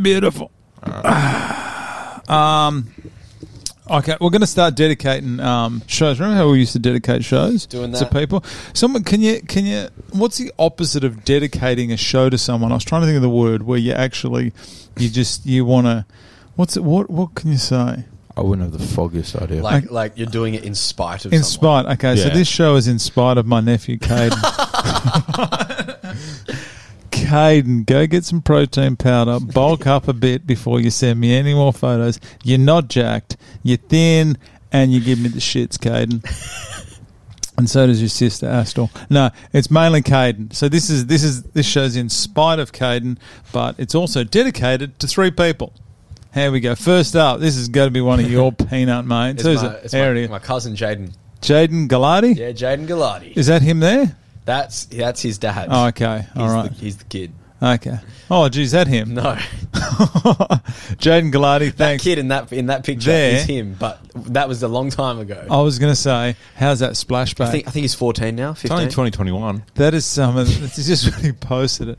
Beautiful. um, okay, we're going to start dedicating um, shows. Remember how we used to dedicate shows Doing to that. people? Someone, can you can you? What's the opposite of dedicating a show to someone? I was trying to think of the word where you actually you just you want to. What's it? What what can you say? I wouldn't have the foggiest idea. Like, like you're doing it in spite of In someone. spite. Okay, so Yeah. this show is in spite of my nephew Caden. Caden, go get some protein powder, bulk up a bit before you send me any more photos. You're not jacked, you're thin, and you give me the shits, Caden. And so does your sister Astor. No, it's mainly Caden. So this is this is this show's in spite of Caden, but it's also dedicated to three people. Here we go. First up, this is going to be one of your peanut mates. It's, Who's my, it? it's Here it my, is. my cousin Jaden. Jaden Galati? Yeah, Jaden Galati. Is that him there? That's that's his dad. Oh, okay. He's All right. The, he's the kid. okay. Oh, geez, is that him? No, Jaden Galati, that thanks. kid in that in that picture There. Oh, is him, but that was a long time ago. I was going to say, how's that splashback? I think I think he's 14 now. 15. it's only 2021. that is some of. This is just when he posted it.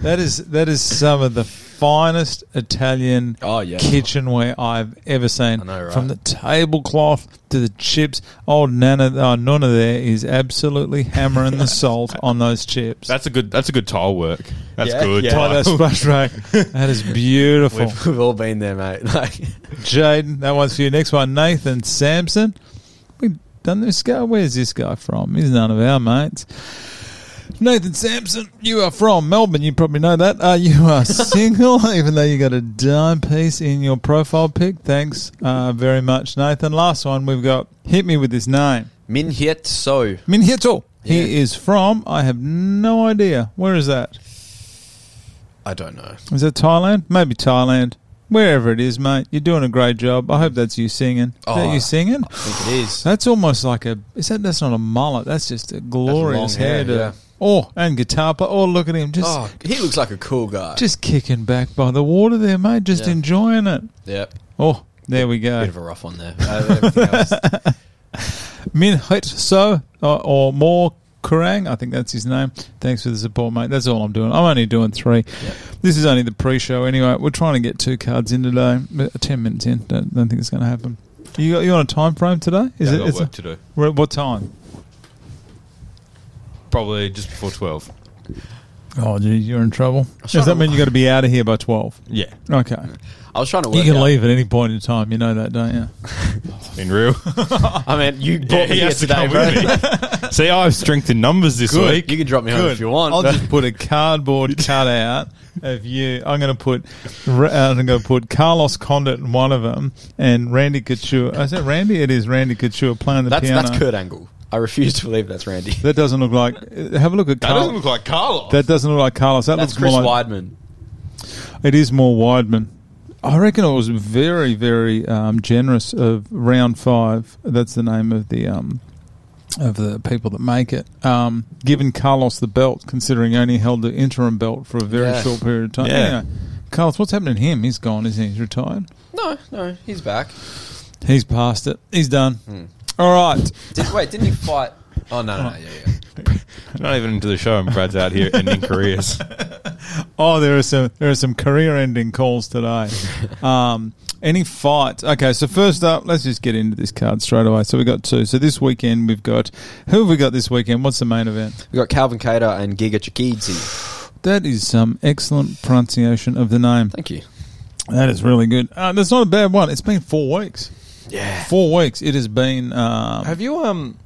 That is that is some of the finest Italian Oh, yeah. kitchenware I've ever seen. I know, right? From the tablecloth to the chips, old Nana, oh, Nonna there is absolutely hammering the salt on those chips. That's a good. That's a good tile work. That's Yeah, good. yeah. Oh, that splashback. that is beautiful. We've, we've all been there, mate. Like, Jaden, that one's for you. Next one, Nathan Sampson. We done this guy. Where's this guy from? He's none of our mates. Nathan Sampson, you are from Melbourne. You probably know that. Uh, you are single, even though you got a dime piece in your profile pic. Thanks uh, very much, Nathan. Last one we've got. Hit me with his name. Min Hiet So. Minhieto. He Yeah. is from. I have no idea. Where is that? I don't know. Is that Thailand? Maybe Thailand. Wherever it is, mate, you're doing a great job. I hope that's you singing. Is that Oh, you singing? I think it is. That's almost like a. Is that? That's not a mullet. That's just a glorious long hair, hairdo. yeah. Oh, and guitar. player. oh, look at him, just Oh, he looks like a cool guy. just kicking back by the water there, mate. Just Yeah. enjoying it. Yep. Oh, there we Bit go. of a rough one there. Uh, everything else- Min Hit So or, or More Kerrang. I think that's his name. Thanks for the support, mate. That's all I'm doing. I'm only doing three. This is only the pre-show anyway. We're trying to get two cards in today. But Ten minutes in. Don't, don't think it's going to happen. You you on a time frame today? Is Yeah, I've got it's a- work to do. We're at what time? Probably just before 12. Oh, geez, you're in trouble. Does trying that to- mean you got to be out of here by 12? Yeah. Okay. I was trying to work You can out- leave at any point in time. You know that, don't you? In real. I mean, you brought me he here has to today, come bro. with me. See, I have strength in numbers this Good. week. You can drop me home if you want. I'll but- just put a cardboard cutout of you. I'm going to put Ra- uh, I'm going to put Carlos Condit in one of them and Randy Couture. Is that Randy? It is Randy Couture playing the that's piano. that's Kurt Angle. I refuse to believe that's Randy. That doesn't look like. uh, Have a look at That doesn't Carlos. look like Carlos. That doesn't look like Carlos. That That's looks more Chris like Weidman. It is more Weidman. I reckon it was very, very um, generous of round five. That's the name of the um, of the people that make it. Um, giving Carlos the belt, considering he only held the interim belt for a very Yeah. short period of time. Yeah. Anyway, Carlos, what's happening to him? He's gone, isn't he? He's retired. No, no, he's back. He's past it. He's done. All right. Did, wait, didn't he fight? Oh no, no, no, yeah, yeah. Not even into the show, and Brad's out here ending careers. Oh, there are some there are some career ending calls today. um, any fights? Okay, so first up, let's just get into this card straight away. So we got two. So this weekend we've got who have we got this weekend? What's the main event? We got Calvin Cater and Giga Chikidze. That is some excellent pronunciation of the name. Thank you. That is really good. Uh, that's not a bad one. It's been four weeks. Yeah. Four weeks. It has been. Um, Have you um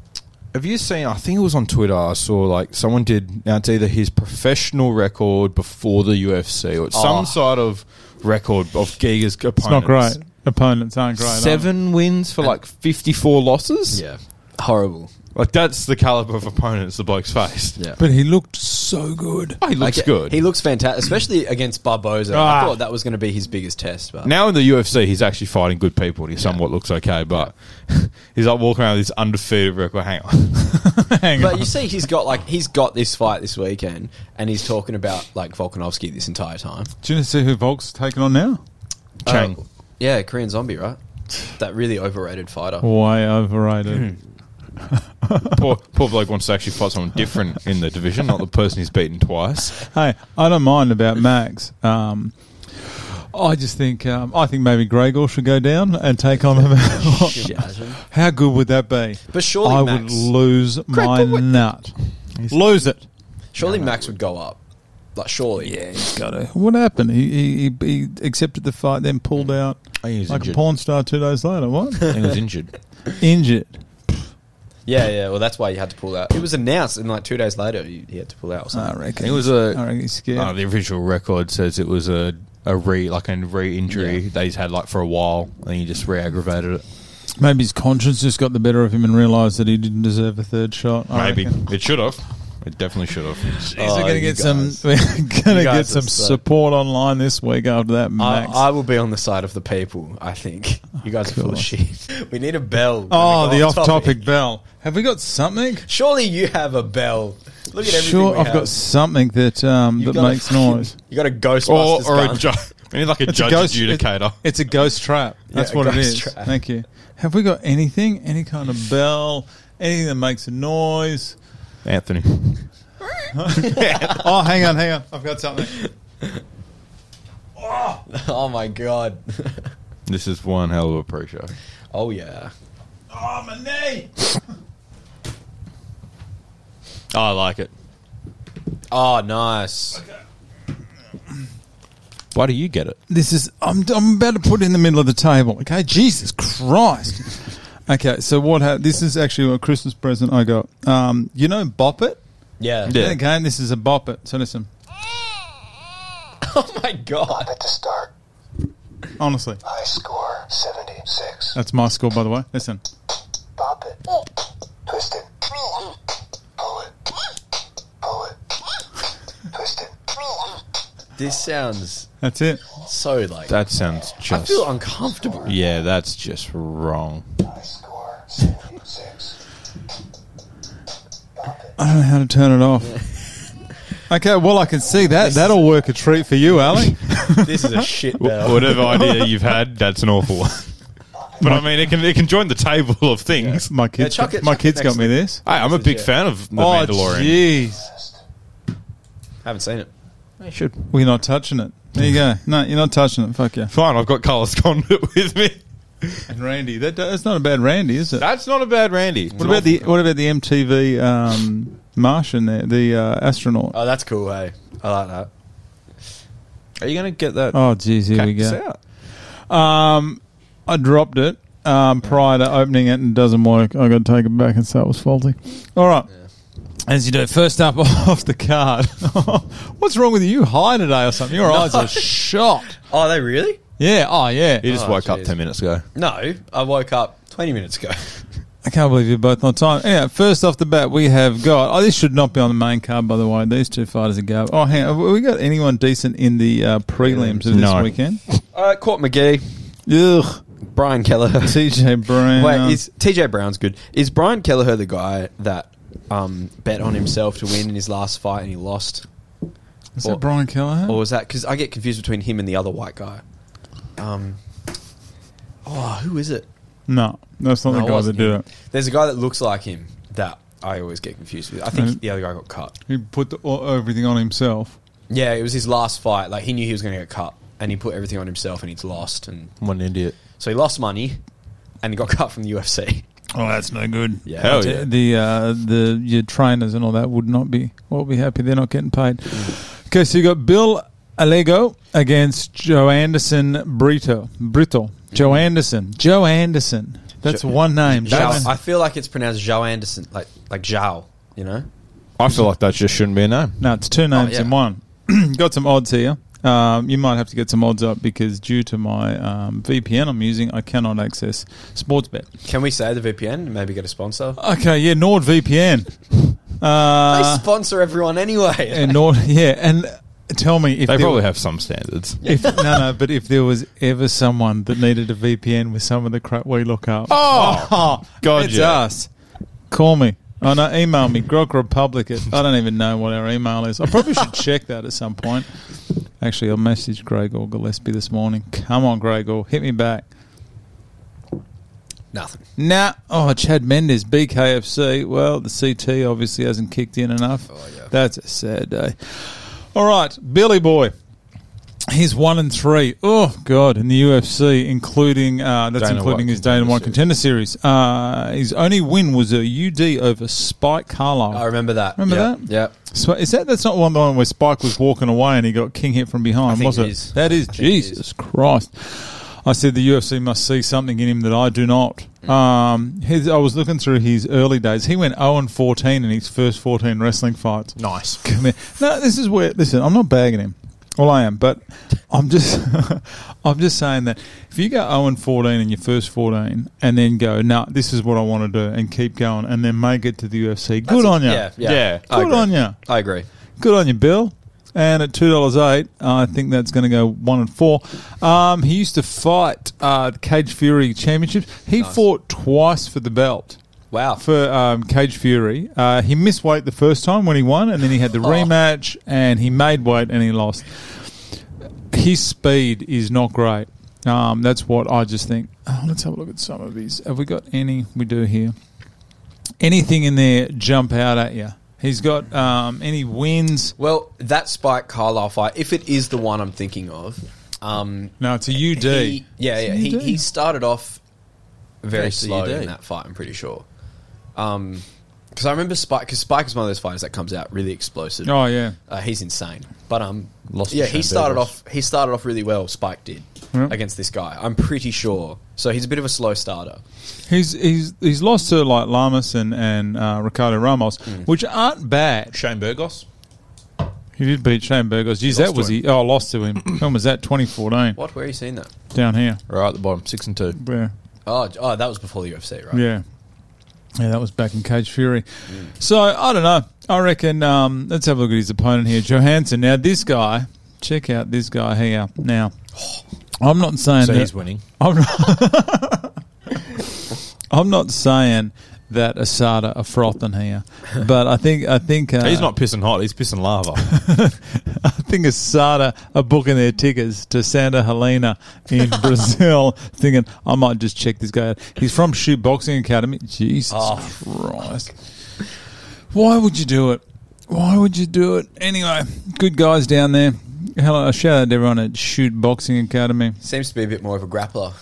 have you seen I think it was on Twitter I saw like someone did now it's either his professional record before the UFC or it's Oh. some sort of record of Giga's opponents. it's not great. Opponents aren't great. are they? Seven wins for like fifty four losses? Yeah. Horrible. Like that's the caliber of opponents the bloke's faced. Yeah. But he looked so good. Oh, he looks Like, good. He looks fantastic, especially against Barboza. I Ah. thought that was going to be his biggest test, but now in the UFC, he's actually fighting good people and he somewhat looks okay, but he's like walking around with this undefeated record. Hang on. Hang But on. you see, he's got like he's got this fight this weekend, and he's talking about like Volkanovski this entire time. Do you see who Volk's taking on now? Chang. Uh, yeah, Korean Zombie, right? That really overrated fighter. Way overrated. poor, poor bloke wants to actually fight someone different in the division, not the person he's beaten twice. Hey, I don't mind about Max. Um, I just think um, I think maybe Gregor should go down and take on him. How good would that be? But surely I would Max- lose my would- nut. Lose it. Surely Max would go up. Like surely. Yeah, he's got to. What happened? He, he, he he accepted the fight, then pulled out I think he was like a injured. porn star two days later. What? I think he was injured. Injured. Yeah, yeah. Well, that's why you had to pull out. It was announced, and like two days later, you, he had to pull out. Or Ah, I something. reckon. It was a- I reckon he's scared. Uh, the official record says it was a, a re like a re injury Yeah. that he's had like for a while, and he just re aggravated it. Maybe his conscience just got the better of him and realised that he didn't deserve a third shot. I Maybe reckon. it should have. It definitely should have. Jeez, we're Oh, going to you get some. guys. We're going to You guys get are some so- support online this week after that, I, Max. I will be on the side of the people. I think you guys are full of God. shit. We need a bell. when we oh, go the off-topic bell. Have we got something? Surely you have a bell. Look at everything. Sure, we I've have. got something that um, You've that got a makes fucking- noise. You got a Ghostbusters or or a gun. ju- we need like a judge adjudicator. It's, it's a ghost trap. That's Yeah, a what it ghost is. trap. Thank you. Have we got anything? Any kind of bell? Anything that makes a noise? Anthony, oh, hang on, hang on. I've got something. Oh my god. this is one hell of a pre-show. oh yeah. Oh, my knee! I like it. Oh nice. Why do you get it? This is I'm, I'm about to put it in the middle of the table. Okay, Jesus Christ. Okay, so what? Ha- this is actually a Christmas present I got. Um, you know, bop it. Yeah. Yeah. Okay, and this is a bop it. So listen, Oh my god. At the start, honestly, I score 76. that's my score by the way. Listen, Bop it. Twist it. Pull it. Pull it. Twist it. This sounds that's it. so like That sounds I just. feel uncomfortable. yeah, that's just wrong. I score 76. I don't know how to turn it off. Okay, well I can see that. That'll work a treat for you, Ali. This is a shit bell. Whatever idea you've had, that's an awful one. But I mean, it can it can join the table of things. My kids, chuck it- my chuck it kids next got me to- this. Hey, I'm a big Yeah. fan of the oh Mandalorian. jeez, Haven't seen it. should. we're not touching it. There you go. No, you're not touching it. Fuck yeah. Fine, I've got Carlos Condit with me. And Randy, that, that's not a bad Randy, is it? That's not a bad Randy. What about the what about the MTV um, Martian there, the uh, astronaut? Oh that's cool, hey. I like that. Are you going to get that? Oh, geez, here we cactus go. out? Um, I dropped it um, prior to opening it and it doesn't work. I got to take it back and say it was faulty. All right. As you do, first up off the card. What's wrong with you? You High today or something? Your eyes are shot. Oh they really? Yeah. Oh, yeah. He just Oh, woke up jeez. ten minutes ago. No. I woke up twenty minutes ago. I can't believe you're both on time. Anyway, first off the bat, we have got. Oh, this should not be on the main card, by the way. These two fighters are go. Oh, hang on. Have we got anyone decent in the uh, prelims of this No. weekend? uh Court McGee, Ugh. Brian Keller. TJ Brown. Wait, is TJ Brown's good? Is Brian Kelleher the guy that um, bet on himself to win in his last fight and he lost, Is or- that Brian Kelleher? or was that because I get confused between him and the other white guy? Um, oh, who is it? no, that's not No, the guy that wasn't did him. it. There's a guy that looks like him that I always get confused with. I think the other guy got cut. He put the, all, everything on himself. Yeah, it was his last fight. Like he knew he was going to get cut, and he put everything on himself, and he's lost, and What an idiot. so he lost money, and he got cut from the UFC. Oh, that's no good. Yeah. Hell The- yeah. The uh, the your trainers and all that would not be well be happy. They're not getting paid. Mm. Okay, so you got Bill Allego against Joe Anderson Brito Brito. Mm-hmm. Joe Anderson. Joe Anderson. That's Jo- one name. Zhao, That's, I feel like it's pronounced Zhao Anderson, like like Zhao. You know, I feel like that just shouldn't be a name. no, it's two names Oh, yeah. in one. got some odds here. Um, you might have to get some odds up because due to my um, VPN I'm using, I cannot access Sportsbet. Can we say the VPN? and Maybe get a sponsor. Okay, yeah, NordVPN. they Uh, sponsor everyone anyway. and Nord, yeah, and tell me if They there- probably have some standards. If, no, no, but if there was ever someone that needed a VPN with some of the crap we look up, Oh, God, it's yeah. us. Call me. Oh no, email me. Grok Republic. At, I don't even know what our email is. I probably should check that at some point. Actually, I messaged Greg or Gillespie this morning. Come on, Greg or hit me back. Nothing. Nah. Oh, Chad Mendes, BKFC. Well, the CT obviously hasn't kicked in enough. yeah. That's a sad day. All right, Billy Boy He's one and three. Oh God! In the UFC, including uh, that's Dana including White his Dana Contender White contender series. Uh, his only win was a UD over Spike Carlisle. I remember that. Remember Yep, that? Yep. So is that that's not one the one where Spike was walking away and he got king hit from behind, I think was it it? is. That is I think it is. Jesus Christ. I said the UFC must see something in him that I do not. Mm. Um, his, I was looking through his early days. He went 0 and 14 in his first 14 wrestling fights. Nice. Come here. No, this is where. Listen, I'm not bagging him. Well, I am, but I'm just, I'm just saying that if you go 0 and 14 in your first 14, and then go, no, this is what I want to do, and keep going, and then make it to the UFC, good That's- on you. Yeah. Yeah. Yeah. I Good agree. on you. I agree. Good on you, Bill. And at two dollars eight, I think that's going to go one and four. Um, he used to fight uh, Cage Fury championships. He Nice. fought twice for the belt Wow. for um, Cage Fury. Uh, he missed weight the first time when he won, and then he had the Oh. rematch, and he made weight and he lost. His speed is not great. Um, that's what I just think. Oh, let's have a look at some of these. Have we got any? We do here. Anything in there jump out at you? He's got um, any wins? Well, that Spike Carlisle fight, if it is the one I'm thinking of, um, No, it's a UD. he, yeah, It's a yeah, he, UD. he started off very Yes, slow you do. in that fight. I'm pretty sure. Um, because I remember Spike, because Spike is one of those fighters that comes out really explosive. oh yeah. Uh, he's insane. But um, Lost to yeah, he Shane started Douglas. off. He started off really well. Spike did Yeah. against this guy. I'm pretty sure. So he's a bit of a slow starter. He's he's he's lost to like Lamas and and uh, Ricardo Ramos, Hmm. which aren't bad. Shane Burgos. He did beat Shane Burgos. Geez, that lost was to he. Oh, I lost to him. when was that? 2014. What? Where are you seeing that? Down here. Right at the bottom, six and two. Where? Oh, j- oh, that was before the UFC, right? Yeah. Yeah, that was back in Cage Fury. Mm. So, I don't know. I reckon, um, let's have a look at his opponent here, Johansson. Now, this guy, check out this guy here. Now, I'm not saying Oh. So that. he's winning. I'm not, I'm not saying that Asada are frothing here, but I think I think uh, He's not pissing hot. He's pissing lava. I think Asada are booking their tickets to Santa Helena in Brazil, thinking I might just check this guy out. He's from Shoe Boxing Academy. Jesus Christ! Why would you do it? Why would you do it? Anyway, good guys down there. Hello, a shout out to everyone at Shoot Boxing Academy. Seems to be a bit more of a grappler.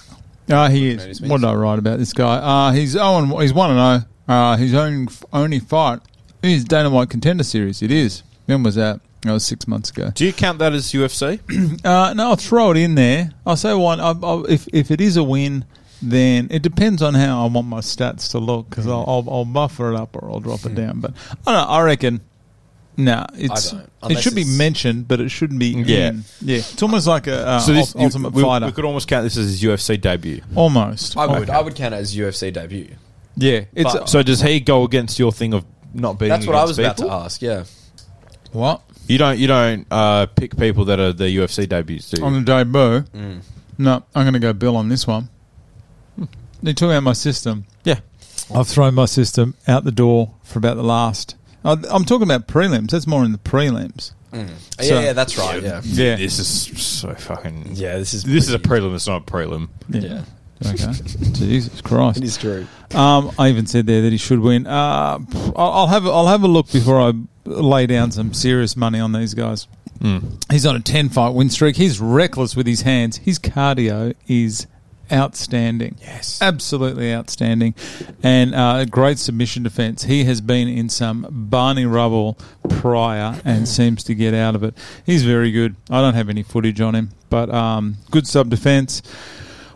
Ah, he is. Notice What did I write about this guy? Uh, he's Owen. He's one and zero. Uh, his own only fight is Dana White Contender Series. It is. When was that? That was six months ago. Do you count that as UFC? Uh, no, I'll throw it in there. I'll say one. I, I, if if it is a win, then it depends on how I want my stats to look because I'll, I'll I'll buffer it up or I'll Hmm. drop it down. But I don't. know, I reckon. Nah, it's don't. it Unless should be it's- mentioned, but it shouldn't be. Yeah. in. yeah. It's almost like a uh, So this ult- ultimate we, fighter, we could almost count this as his UFC debut. almost. I would. Okay. I would count it as UFC debut. Yeah, it's uh, But- So does he go against your thing of not beating? That's what I was against about to people? ask. Yeah. what You don't you don't uh, pick people that are their UFC debuts, do you? on Um, the debut. Hmm. No, I'm going to go Bill on this one. Hmm. They took out my system. yeah. I've thrown my system out the door for about the last. I- I'm talking about prelims. That's more in the prelims. Yeah, So- yeah, that's right. Yeah. Yeah. This is so fucking Yeah, this is This is a pretty- prelim, it's not a prelim. Yeah. Okay. Jesus Christ. is true. Um, I even said there that he should win. Uh, I'll I'll have I'll have a look before I lay down some serious money on these guys. He's on a ten fight win streak. He's reckless with his hands. His cardio is outstanding. Yes. absolutely outstanding, and uh, great submission defense. He has been in some Barney rubble prior and seems to get out of it. He's very good. I don't have any footage on him, but um, good sub defense.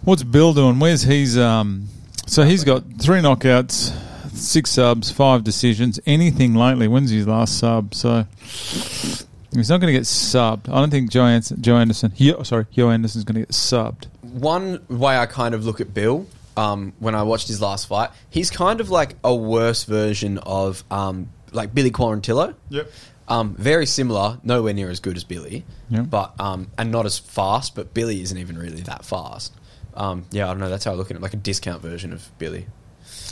What's Bill doing? Where's his? Um, so he's got three knockouts, six subs, five decisions. Anything lately? When's his last sub? So he's not going to get subbed. I don't think Joe Anderson. Joe Anderson. Yo, sorry, Joe Anderson's going to get subbed. One way I kind of look at Bill um, when I watched his last fight, he's kind of like a worse version of um, like Billy Quarantillo. Yep. Um, very similar, nowhere near as good as Billy, Yep. but um, and not as fast. But Billy isn't even really that fast. Um, yeah, I don't know. That's how I look at it, like a discount version of Billy.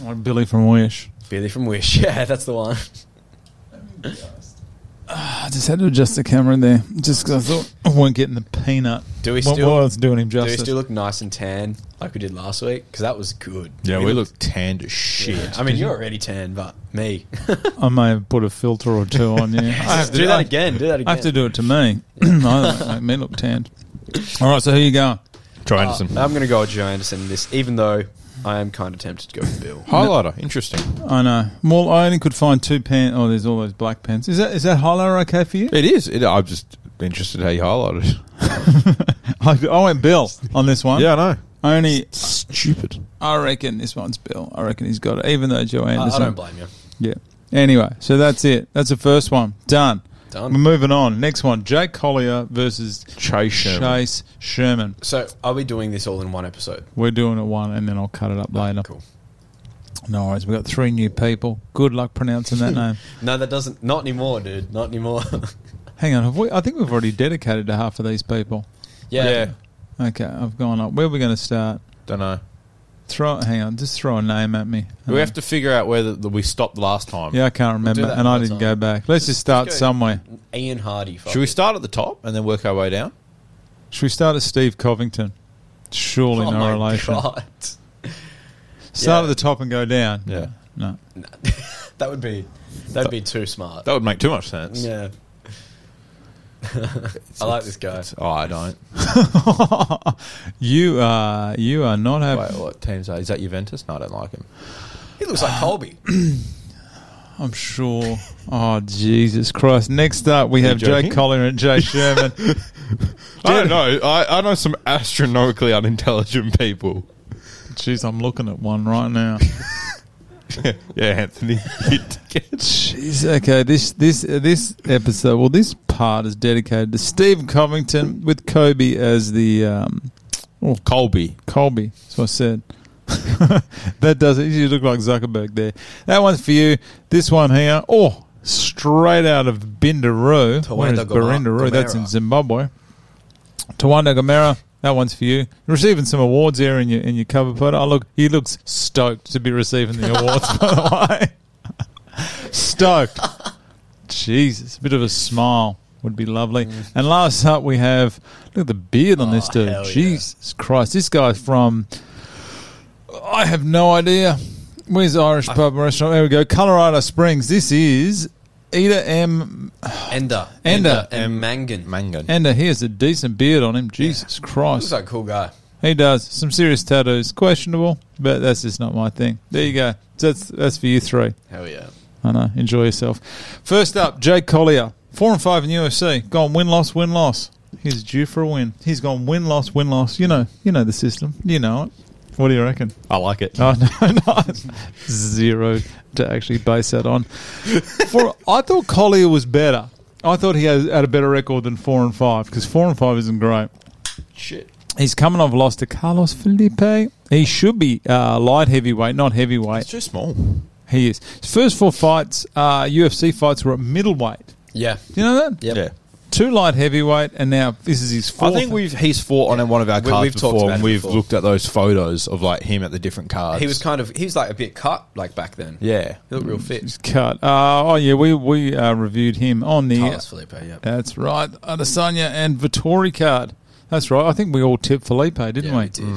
Like Billy from Wish. Billy from Wish. Yeah, that's the one. I just had to adjust the camera in there just because I thought I weren't getting the peanut. Do we Well, still- well, it's doing him Do we justice. still look nice and tan like we did last week? Because that was good. Yeah, we look tanned as shit. Yeah. I mean, you're already tan, but me. I may have put a filter or two on you. I have do that I- again. Do that I have to again. do it to me. I don't make me look tanned. All right, so who you going? Troy Anderson. Uh, I'm going to go with Joe Anderson in this, even though I am kind of tempted to go with Bill. Highlighter. Interesting. I know. Well, uh, I only could find two pen. Oh, there's all those black pens. Is that is that highlighter okay for you? It is. It, I'm just interested how you highlighted it. I, I went Bill on this one. Yeah, I know. I only Stupid. I reckon this one's Bill. I reckon he's got it, even though Joe I, I Anderson. don't blame you. Yeah. Anyway, so that's it. That's the first one. Done. Done. We're moving on. Next one: Jake Collier versus Chase Sherman. Chase Sherman. So, are we doing this all in one episode? We're doing it one, and then I'll cut it up later. Ah, Cool. No worries. We've got three new people. Good luck pronouncing that name. No, that doesn't. Not anymore, dude. Not anymore. Hang on. Have we? I think we've already dedicated to half of these people. yeah. Okay, I've gone up. Where are we going to start? Don't know. Throw. Hang on. Just throw a name at me. Uh, We have to figure out whether the, we stopped last time. Yeah, I can't remember, that and I another didn't go time. back. Let's just start go. somewhere. Ian Hardy. Fuck. Should we start at the top and then work our way down? Should we start at Steve Covington? Surely Oh no my relation. God. Start Yeah. at the top and go down. Yeah. No. Nah. that would be. That'd be too smart. That would make too much sense. Yeah. I like this guy. It's- Oh, I don't. you are you are not happy. Wait, what teams are? Is that Juventus? No, I don't like him. He looks like Colby. I'm sure. Oh Jesus Christ! Next up, we have Jay joking? Collier and Jay Sherman. I don't know. I, I know some astronomically unintelligent people. Jeez, I'm looking at one right now. yeah, Anthony. you dickhead. Jeez, okay. This this uh, this episode, well, this part is dedicated to Steve Covington with Kobe as the um, Colby. Colby. That's what I said. that does it. You look like Zuckerberg there. That one's for you. This one here. Oh, straight out of Bindaroo. Tawanda Where is Goma- Barindaroo? That's in Gomera. Zimbabwe. Tawanda Gomera. That one's for you. Receiving some awards here in your in your cover photo. Oh look, he looks stoked to be receiving the awards. by the way, stoked. Jesus, a bit of a smile would be lovely. And last up, we have look at the beard on this dude. Oh, hell yeah. Jesus Christ, this guy's from. I have no idea. Where's the Irish pub and restaurant? There we go, Colorado Springs. This is Eda M. Ender. Ender. And Mangan. Mangan. Ender. He has a decent beard on him. Jesus Looks Christ, like a cool guy. he does some serious tattoos. Questionable, but that's just not my thing. There you go. That's that's for you three. Hell yeah. I know. Enjoy yourself. First up, Jake Collier, four and five in UFC. Gone win loss win loss. He's due for a win. He's gone win loss win loss. You know, you know the system. You know it. What do you reckon? I like it. Oh no, no, zero to actually base that on. For I thought Collier was better. I thought he had, had a better record than four and five because four and five isn't great. Shit. He's coming off loss to Carlos Felipe. He should be uh, light heavyweight, not heavyweight. It's too small. He is. His first four fights, uh, UFC fights, were at middleweight. Yeah. Do you know that? Yep. Yeah. Two light heavyweight, and now this is his I fourth. think we've he's fought on one of our We- cards we've talked before, about and it we've before. looked at those photos of like him at the different cards. He was kind of. He was like a bit cut, like back then. yeah. He looked real fit. Mm. He's cut. Uh, oh yeah, we we uh, reviewed him on the. Carlos Felipe. Yeah. That's right, Adesanya and Vittori card. That's right. I think we all tipped Felipe, didn't Yeah, we? we did.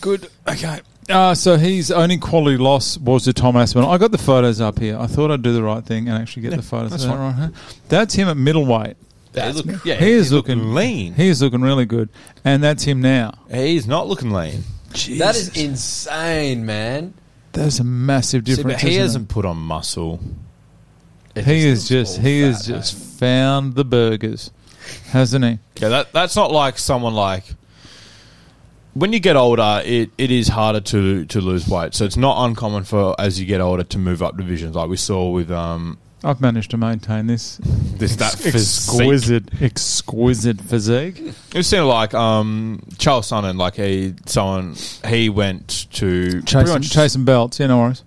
Good. Okay. Uh, so his only quality loss was to Tom Aspinall. I got the photos up here. I thought I'd do the right thing and actually get the photos. That's, right. huh? that's him at middleweight. Yeah, he look- yeah, he is he looked looking lean. He is looking really good, and that's him now. He's not looking lean. That is insane, man. There's a massive See, difference. but he isn't hasn't put on muscle. it? He is Just looks just all he is fat, man. just found the burgers, hasn't he? Yeah, that that's not like someone like when you get older, it, it is harder to to lose weight. So it's not uncommon for as you get older to move up divisions, like we saw with um I've managed to maintain this this that physique. exquisite, exquisite physique. It seemed like um Charles Sonnen, like he someone he went to pretty Chasing, much chasing belts, yeah, no worries.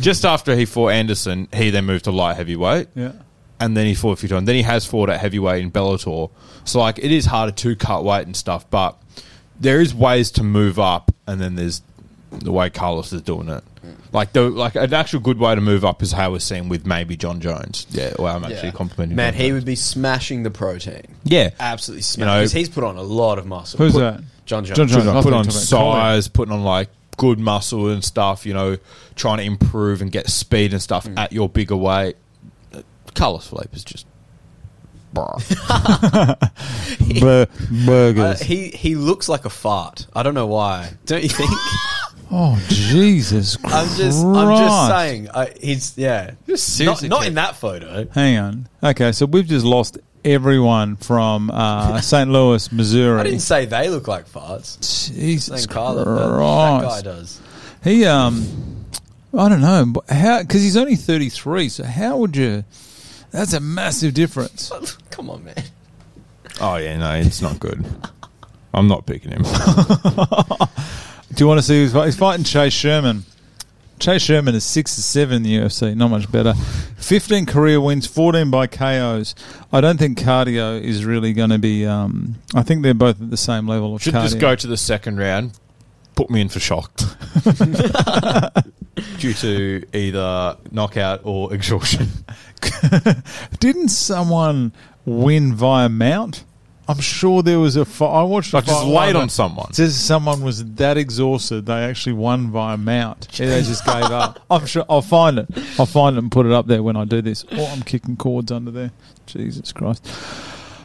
just after he fought Anderson, he then moved to light heavyweight. Yeah, and then he fought a few times. Then he has fought at heavyweight in Bellator. So like it is harder to cut weight and stuff, but there is ways to move up, and then there's the way Carlos is doing it. Like the like an actual good way to move up is how we're seeing with maybe John Jones. Yeah, well I'm actually Yeah. complimenting. Man, John he Jones. would be smashing the protein. yeah. Absolutely You know- smashing. 'cause he's put on a lot of muscle. who's Put- that? John Jones. John Jones. Putting on, I thought putting you were on talking about Colin. size, putting on like good muscle and stuff. You know, trying to improve Mm. and get speed and stuff at your bigger weight. Carlos Felipe is just Bur- Uh, burgers. he he looks like a fart. I don't know why. Don't you think? oh Jesus Christ! I'm just I'm just saying. I, he's yeah. Not, seriously not kidding. in that photo. Hang on. Okay, so we've just lost everyone from uh, St. Louis, Missouri. I didn't say they look like farts. Jesus Saint Carla, but that guy Christ. does. He um, I don't know but how because he's only thirty three. So how would you? That's a massive difference. Come on, man. Oh yeah, no, it's not good. I'm not picking him. Do you want to see who's fight- he's fighting Chase Sherman? Chase Sherman is six to seven in the UFC, not much better. Fifteen career wins, fourteen by KOs. I don't think cardio is really going to be. Um, I think they're both at the same level of Should cardio. just go to the second round. Put me in for shock. Due to either knockout or exhaustion. Didn't someone win via mount? I'm sure there was a fight. I watched. a Like just fight laid one- on someone. It says someone was that exhausted they actually won via mount. Yeah, they just gave up. I'm sure I'll find it. I'll find it and put it up there when I do this. Oh, I'm kicking cords under there. Jesus Christ.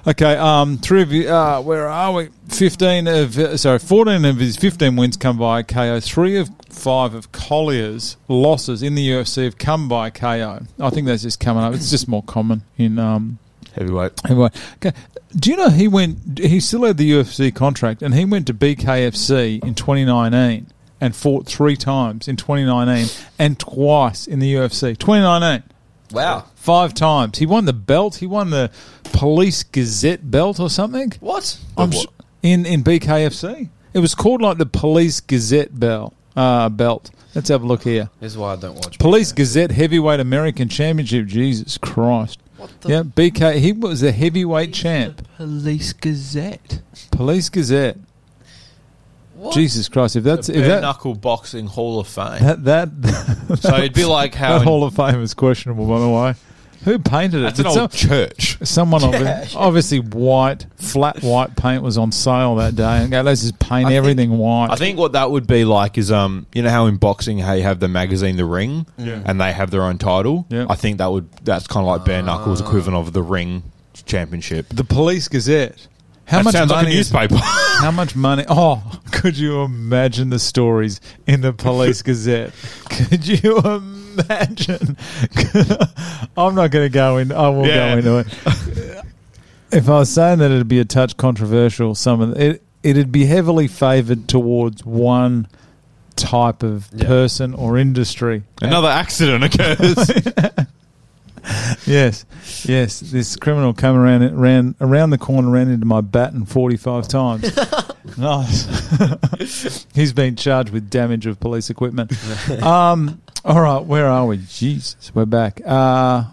Okay, um, three of you. Uh, where are we? Fifteen of uh, sorry, fourteen of his fifteen wins come by KO. Three of five of Collier's losses in the UFC have come by KO. I think that's just coming up. It's just more common in um, Heavyweight. Anyway, okay. Do you know he went? He still had the UFC contract, and he went to BKFC in 2019 and fought three times in 2019 and twice in the UFC. 2019, Wow. five times. He won the belt. He won the Police Gazette belt or something. What? I'm s- in in BKFC. It was called like the Police Gazette bell uh, belt. Let's have a look here. This is why I don't watch. Police Gazette Heavyweight American Championship. Jesus Christ. What the- yeah, BK. He was a heavyweight champ. Police Gazette. Police Gazette. What? Jesus Christ! If that's if Bare that, knuckle boxing hall of fame. that that that, so it'd be like how in- Hall of Fame is questionable. By the way, who painted it? that's an Did some- old church. someone obvi- Yeah. obviously white, flat white paint was on sale that day, and go, let's just paint think- everything white. I think what that would be like is um you know how in boxing how you have the magazine The Ring Yeah. and they have their own title. Yeah. I think that would that's kind of like bare knuckles equivalent of the Ring Championship. the Police Gazette. How that much sounds money like a is- newspaper. How much money? Oh, could you imagine the stories in the Police Gazette? Could you imagine? I'm not going to go in. I will Yeah. go into it. If I was saying that it'd be a touch controversial, some of it it'd be heavily favoured towards one type of Yeah. person or industry. Another accident occurs. Yes, yes. This criminal came around, ran around the corner, ran into my baton forty-five times. nice. He's been charged with damage of police equipment. um, all right, where are we? Jesus, we're back. Uh,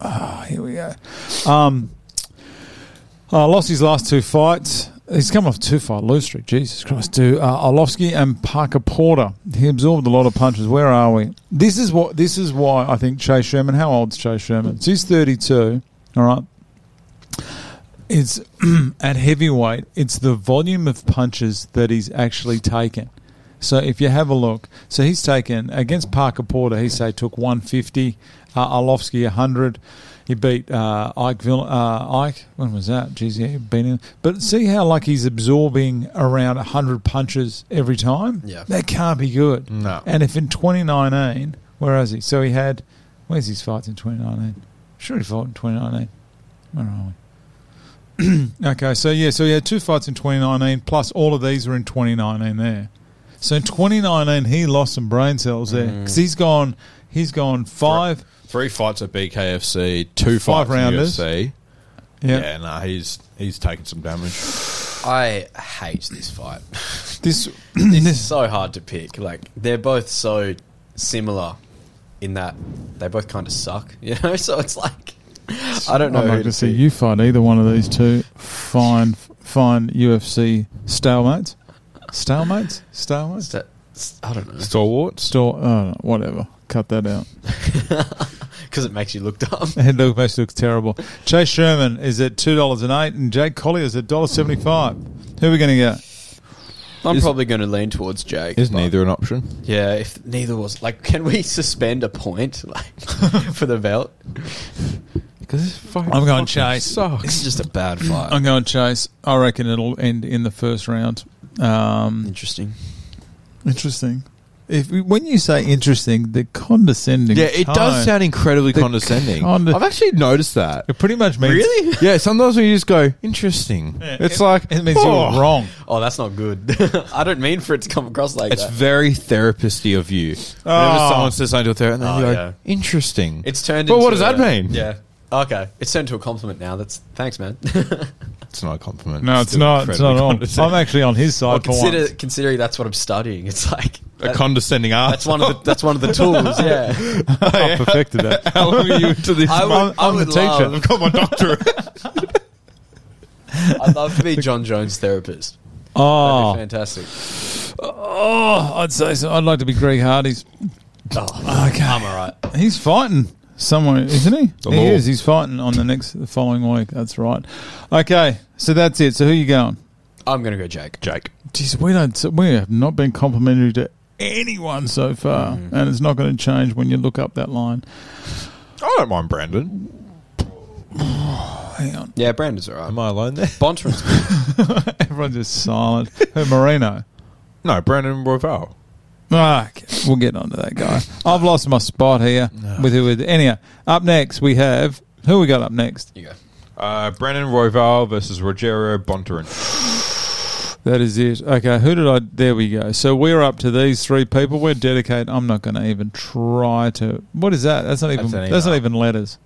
ah, here we go. Um, uh, lost his last two fights. He's come off two fight lose streak. Jesus Christ, to uh, Arlovski and Parker Porter. He absorbed a lot of punches. Where are we? This is what. This is why I think Chase Sherman. How old's Chase Sherman? So he's thirty-two. All right. It's at heavyweight. It's the volume of punches that he's actually taken. So if you have a look, so he's taken against Parker Porter. He say took 150, uh, Arlovsky 100. He beat uh, Ike. Vill- uh, Ike, when was that? Geez, yeah, been in. But see how like he's absorbing around 100 punches every time. Yeah. that can't be good. No. And if in 2019, where is he? So he had, where's his fights in 2019? Sure, he fought in 2019. Where are we? Okay, so yeah, so he had two fights in 2019, plus all of these were in 2019 there. So in 2019, he lost some brain cells there Mm. because he's gone, he's gone five. Three fights at BKFC, two Five fights at rounders. UFC. Yeah, Yeah, no, he's he's taking some damage. I hate this fight. this this is so hard to pick. Like they're both so similar in that they both kind of suck. You know, so it's like I don't know. I'd who like to to see pick. you fight either one of these two fine, fine UFC stalemates, stalemates, Is stalemates, that- s- I don't know Stalwarts. store. Oh, whatever. Cut that out. because it makes you look dumb. Head look most looks terrible. Chase Sherman is at two dollars and eight, and Jake Collier is at dollar seventy five. Who are we going to get? I'm Is- probably going to lean towards Jake. Is but- neither an option? Yeah, if neither was like, can we suspend a point like for the belt? Because this fucking I'm going fucking Chase. Sucks. This is just a bad fight. I'm going Chase. I reckon it'll end in the first round. Um, Interesting. Interesting. If when you say interesting, the condescending. Yeah, it does tone- sound incredibly The condescending. conde- I've actually noticed that. It pretty much means yeah, sometimes we just go interesting. Yeah, it's it- like it means oh. you're wrong. Oh, that's not good. I don't mean for it to come across like It's that. very therapisty of you. Oh. Whenever someone says something to a therapist, and then Oh, you go, yeah. interesting. it's turned. But into what does that a- mean? Yeah. Okay. It's turned to a compliment now. That's thanks, man. It's not a compliment. No, it's still not. It's incredibly not all. I'm condescending. actually on his side well, for consider once. considering that's what I'm studying. It's like a that- condescending ass. that's one of the that's one of the tools. Yeah. I perfected that. How long are you into this? I I'm, would, I I'm the would teacher. love. got my doctorate. I'd love to be John Jones' therapist. That'd be Oh, fantastic. oh, I'd say so. I'd like to be Greg Hardy's. Oh, Okay. I'm all right. He's fighting somewhere, isn't he? The he law. is. He's fighting on the next the following week. That's right. Okay, so that's it. So who you going? I'm gonna go Jake. Jake. Jeez, we don't. We have not been complimentary to anyone so far, and it's not going to change when you look up that line. I don't mind Brandon. Hang on, Yeah, Brandon's all right. Am I alone there? Bontram's everyone's just silent. Who, Marino? No, Brandon Royval. Ah, okay. we'll get onto that guy. I've lost my spot here with who. With anyhow, up next we have who we got up next. you go. Uh, Brandon Royval versus Rogero Bontarin. That is it. Okay, who did I? There we go. So we're up to these three people. We're dedicated. I'm not going to even try to. What is that? That's not even. That's an That's, not email. Mm. even letters.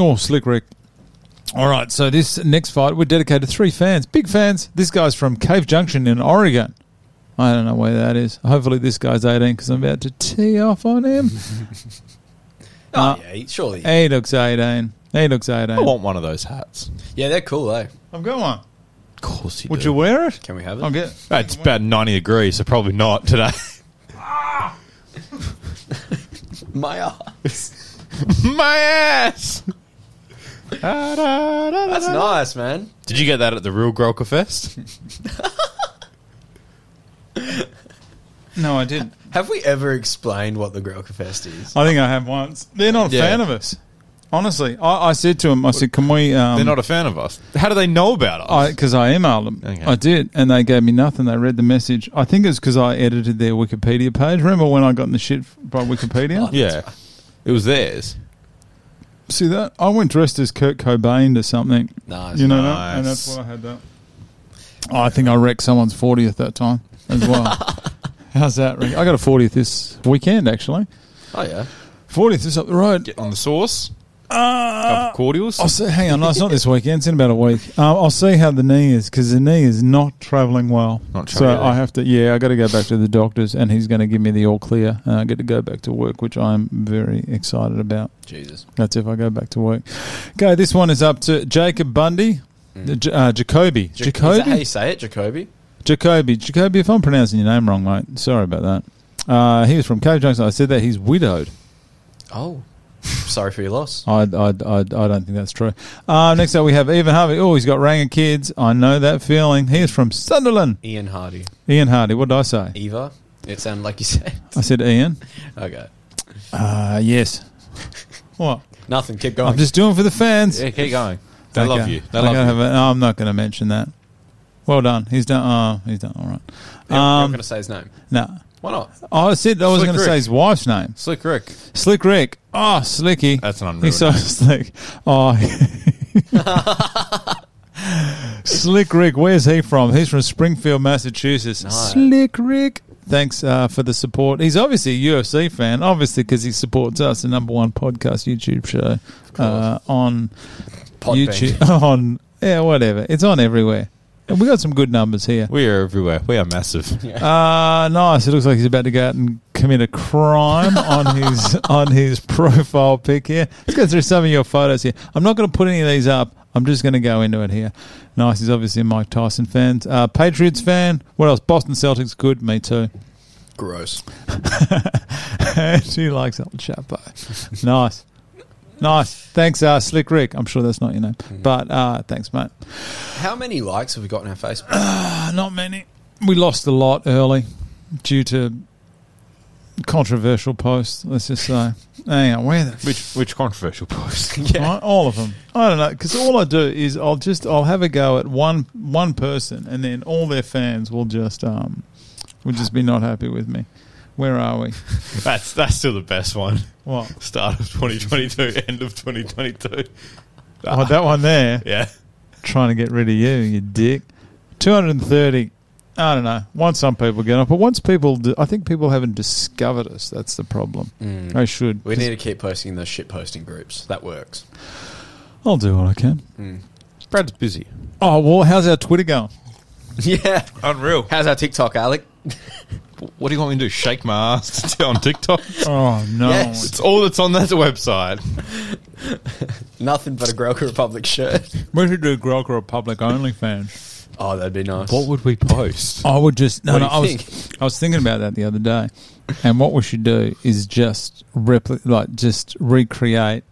Oh, slick Rick. All right. So this next fight, we're dedicated to three fans, big fans. This guy's from Cave Junction in Oregon. I don't know where that is. Hopefully, this guy's 18 because I'm about to tee off on him. Oh Uh, yeah, he- surely. he looks 18. He looks 18. I want one of those hats. Yeah, they're cool, eh? I've got one. Of course you Would do. you wear it? Can we have it? I'll get. It's about 90 degrees, so probably not today. My ass. My ass! That's nice, man. Did you get that at the real Grolka Fest? No, I didn't. Have we ever explained what the Grelka Fest is? I think I have once. They're not a Yeah. fan of us. Honestly, I, I said to them, I said, "Can we?" Um, They're not a fan of us. How do they know about us? because I, emailed them. Okay. I did, and they gave me nothing. They read the message. I think it's because I edited their Wikipedia page. Remember when I got in the shit by Wikipedia? yeah. It was theirs. See that? I went dressed as Kurt Cobain to something. Nice. You know that, Nice. and that's why I had that. Oh, I think I wrecked someone's fortieth that time as well. How's that? Rick? I got a fortieth this weekend actually. Oh yeah. Fortieth is up the road. Get on the sauce. Uh, Couple cordials. I'll see. Hang on, no, it's not this weekend. It's in about a week. Um, I'll see how the knee is because the knee is not traveling well. Not so travelling. I have to. Yeah, I got to go back to the doctors, and he's going to give me the all clear, and I get to go back to work, which I'm very excited about. Jesus. That's if I go back to work. Okay, this one is up to Jacob Bundy, Mm. J- uh, Jacoby, Ja- Is that how Jacoby, you say it, Jacoby? Jacoby, Jacoby. If I'm pronouncing your name wrong, mate, sorry about that. Uh, he was from Cave Junction. I said that he's widowed. Oh. Sorry for your loss. I, I, I, I don't think that's true. Uh, next up, we have Ian Harvey. Oh, he's got Ranga Kids. I know that feeling. He is from Sunderland. Ian Hardy. Ian Hardy. What did I say? Eva? It sounded like you said. I said Ian. Okay. Uh, yes. What? Nothing. Keep going. I'm just doing for the fans. Yeah, keep going. They love Okay. you. They I love gotta have you. a- no, I'm not going to mention that. Well done. He's done. Uh, he's done. All right. You're- you're not Um, going to say his name. no. Why not? I said I was Slick going to Rick. say his wife's name. Slick Rick. Slick Rick. Oh, Slicky. That's an unreal He's so name. slick. Oh. slick Rick, where's he from? He's from Springfield, Massachusetts. Nice. Slick Rick. Thanks uh, for the support. He's obviously a UFC fan, obviously, because he supports us, the number one podcast YouTube show uh, on Podbean. YouTube. On, yeah, whatever. It's on everywhere. And we got some good numbers here. We are everywhere. We are massive. Uh, nice. It looks like he's about to go out and commit a crime on his on his profile pic here. Let's go through some of your photos here. I'm not going to put any of these up. I'm just going to go into it here. Nice. He's obviously a Mike Tyson fan, uh, Patriots fan. What else? Boston Celtics. Good. Me too. Gross. she likes El Chapo. nice. Nice. Thanks, uh, Slick Rick. I'm sure that's not your name, but uh, thanks, mate. How many likes have we got on our Facebook? Uh, not many. We lost a lot early due to controversial posts. Let's just say, hang on, where the Which which controversial post? Right? All of them. I don't know because all I do is I'll just I'll have a go at one one person, and then all their fans will just um will just be not happy with me. Where are we? That's that's still the best one. What? Start of 2022, end of 2022. Oh, that one there. Yeah. Trying to get rid of you, you dick. Two hundred and thirty. I don't know. Once some people get up, but once people, do, I think people haven't discovered us. That's the problem. I should. Mm. We need to keep posting those shit posting groups. That works. I'll do what I can. Brad's busy. Oh well, how's our Twitter going? Yeah. Unreal. How's our TikTok, Alec? What do you want me to do? Shake my ass on TikTok? Oh no, Yes. It's all that's on that website. Nothing but a Groker Republic shirt. we should do Grok Republic OnlyFans. Oh, that'd be nice. What would we post? I would just no, What do no. you I was think? I was thinking about that the other day, and what we should do is just repli- like just recreate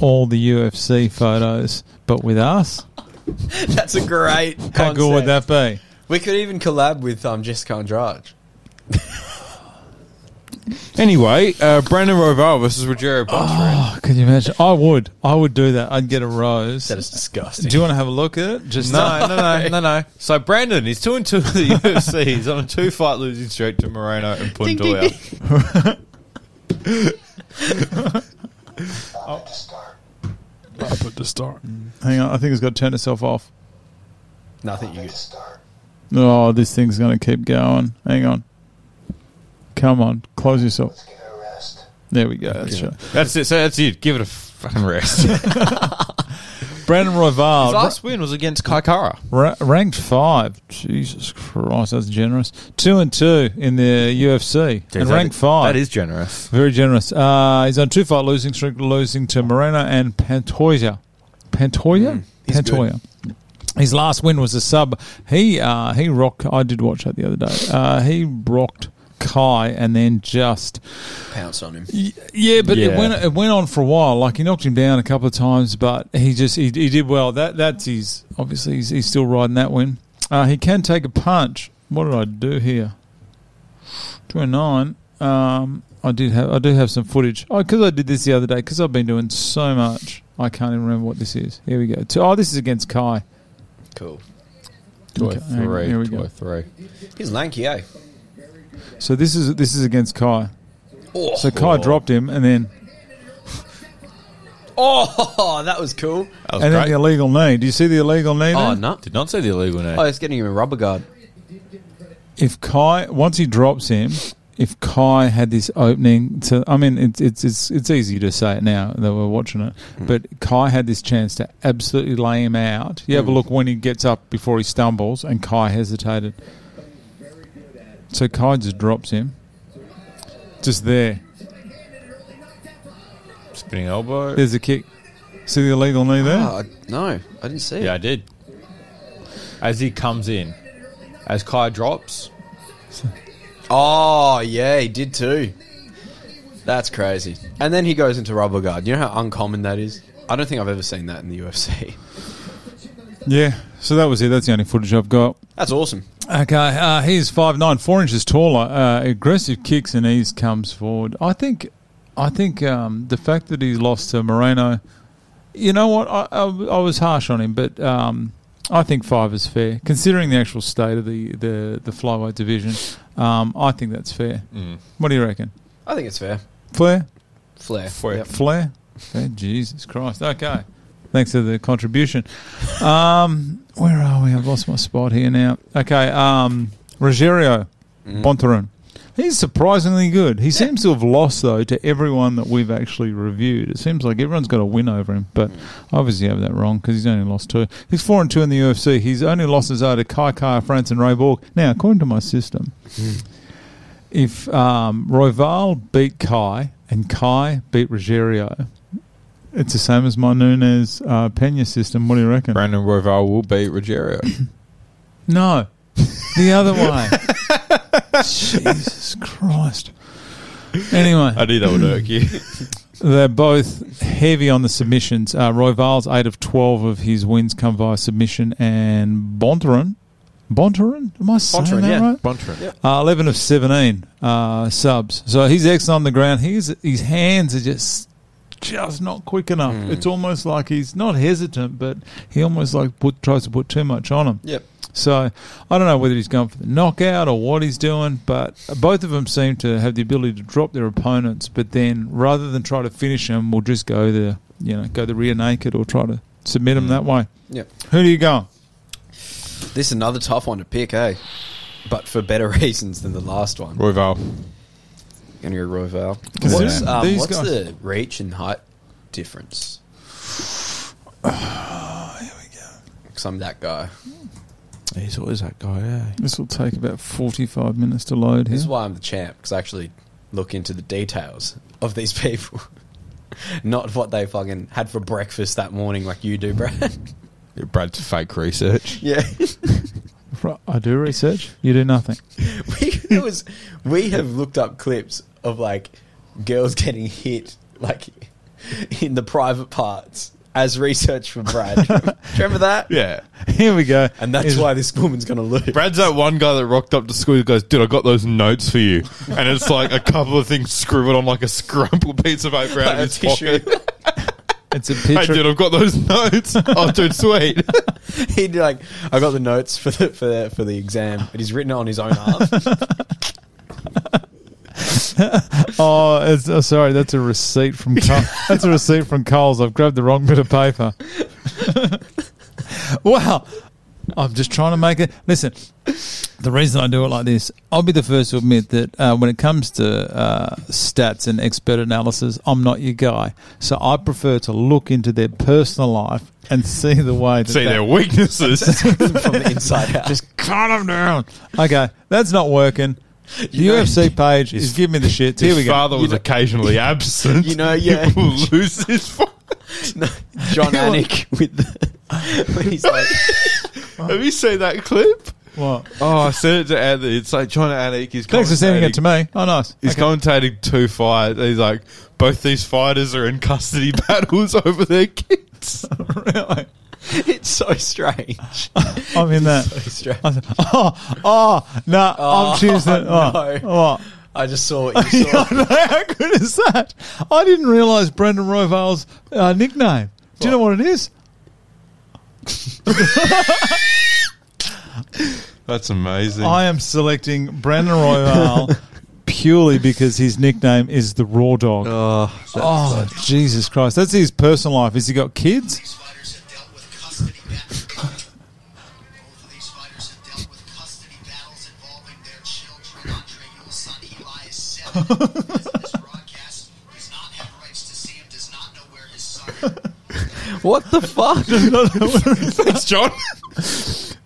all the UFC photos, but with us. That's a great concept. How good would that be? We could even collab with um, Jessica Andrade. Anyway, uh, Brandon Roval versus Rogero Bontarin. Oh, could you imagine? I would. I would do that. I'd get a rose. That is disgusting. do you want to have a look at it? Just No, no, no, no, no. So Brandon is two and two in the UFC. He's on a two fight losing streak to Moreno and Puntoya. I'll to start. hang on. I think it's got to turn itself off. Nothing you To start. Oh, this thing's going to keep going. Hang on. Come on, close yourself. Get a rest. There we go. That's right. That's it. So that's it. Give it a fucking rest. His Brandon Royval. last win was against Kaikara. Ra- ranked five. Jesus Christ, that's generous. Two and two in the UFC, and ranked five. That is generous. very generous. Uh, he's on two fight losing streak, losing to Moreno and Pantoja. Mm, Pantoja, he's Pantoja. His last win was a sub. He uh, he rocked. I did watch that the other day. Uh, he rocked Kai, and then just could pounce on him. Y- Yeah, but it Yeah. went it went on for a while. Like he knocked him down a couple of times, but he just he, he did well. That that's his obviously he's, he's still riding that win. Uh, he can take a punch. What did I do here? Twenty nine. Um, I did have I do have some footage. Oh, because I did this the other day. Because I've been doing so much, I can't even remember what this is. Here we go. Two- Oh, this is against Kai. Cool. Okay, hang on, Here we go. three. He's lanky, eh? So this is this is against Kai. Oh, So Kai dropped him, and then oh that was cool. That and was then great. the illegal knee. Do you see the illegal knee? Oh, there? no. Did not say the illegal name. Oh, it's getting him a rubber guard. if Kai once he drops him, if Kai had this opening to, I mean, it's it's it's it's easy to say it now that we're watching it, but Kai had this chance to absolutely lay him out. You have a look when he gets up before he stumbles, and Kai hesitated, so Kai just drops him, just there. Spinning elbow. There's a kick. See the illegal knee there. Oh, I- no, I didn't see it. Yeah, I did. As he comes in, as Kai drops, Oh, yeah, he did too. That's crazy. And then he goes into rubber guard. You know how uncommon that is? I don't think I've ever seen that in the UFC. Yeah. So that was it. That's the only footage I've got. That's awesome. Okay, uh, he's five nine, four inches taller. Uh, aggressive kicks and ease comes forward. I think, I think um, the fact that he's lost to Moreno, you know what? I, I, I was harsh on him, but um, I think five is fair considering the actual state of the the, the flyweight division. Um, I think that's fair. What do you reckon? I think it's fair. Flair, Flair. Flair. Yep. Flair, Fair, Jesus Christ. Okay, thanks for the contribution. Um, where are we? I've lost my spot here now. Okay, um, Rogerio Bontarun. He's surprisingly good. He seems to have lost though to everyone that we've actually reviewed. It seems like everyone's got a win over him, but I obviously have that wrong because he's only lost two. He's four and two in the UFC. He's only losses are to Kai Kara France and Ray Borg. Now, according to my system, if um, Royval beat Kai and Kai beat Rogerio, it's the same as my Nunes uh, Pena system. What do you reckon? Brandon Roval will beat Rogerio. No, the other way. Jesus Christ. Anyway, I knew that would irk you. they're both heavy on the submissions. Uh, Royval's 8 of 12 of his wins come via submission, and Bontarin Bontarin? Am I saying Bontarin, that yeah. right? Bontarin. Uh, 11 of 17 uh, subs. So he's excellent on the ground. He's, his hands are just just not quick enough. It's almost like he's not hesitant, but he almost like put, tries to put too much on him. Yep. So I don't know whether he's going for the knockout or what he's doing, but both of them seem to have the ability to drop their opponents, but then rather than try to finish them, we'll just go the you know go the rear naked or try to submit them that way. Yep. Who do you go? This is another tough one to pick, eh? But for better reasons than the last one. Roy Vale. Gonna go Roy Vale. Is What's, there- um, these what's guys- the reach and height difference? Here we go. Because I'm that guy. He's always that guy, yeah. This will take about forty-five minutes to load here. This is why I'm the champ, because I actually look into the details of these people. Not what they fucking had for breakfast that morning, like you do, Brad. Brad's fake research. yeah. Right, I do research. You do nothing. we, it was, we have looked up clips of like girls getting hit, like in the private parts, as research from Brad. Do you remember that? Yeah. Here we go. And that's Is- why this woman's going to lose. Brad's that one guy that rocked up to school and goes, Dude, I got those notes for you. And it's like a couple of things scribbled on like a scrumpled piece of paper out of A his tissue. pocket. it's a Hey, picture. dude, I've got those notes. Oh, dude, sweet. He'd be like, I got the notes for the for the, for the exam, but he's written it on his own half. Oh, it's, oh, sorry. That's a receipt from Col- that's a receipt from Coles. I've grabbed the wrong bit of paper. wow, I'm just trying to make it. Listen, the reason I do it like this, I'll be the first to admit that uh, when it comes to uh, stats and expert analysis, I'm not your guy. So I prefer to look into their personal life and see the way that See they their weaknesses. from the inside out. just cut them down. Okay, that's not working. The UFC page is giving me the shits. Here we his go. father was occasionally absent. You know, yeah. He will lose his fa- No, John Yeah, well- Anik with the, when he's like, Have you seen that clip? What? Oh, I sent it to Anthony. It's like John Anik is Thanks for sending it to me. Oh, nice. He's commentating two fights. He's like, both these fighters are in custody battles over their kids. really? it's so strange. I'm in that. So strange. I said, oh, oh, no, Oh, I'm choosing. Oh, no. what? I just saw what you saw. How good is that? I didn't realise Brendan Royvale's uh, nickname. Do you know what it is? That's amazing. I am selecting Brendan Royvale purely because his nickname is the Raw Dog. oh, oh, Jesus Christ. That's his personal life. Has he got kids? These fighters have dealt with custody battles. Both of these fighters have dealt with custody battles involving their children. Andre Ewell's son Eli is seven. President of this broadcast does not have rights to see him, does not know where his son is. What the fuck? thanks, John.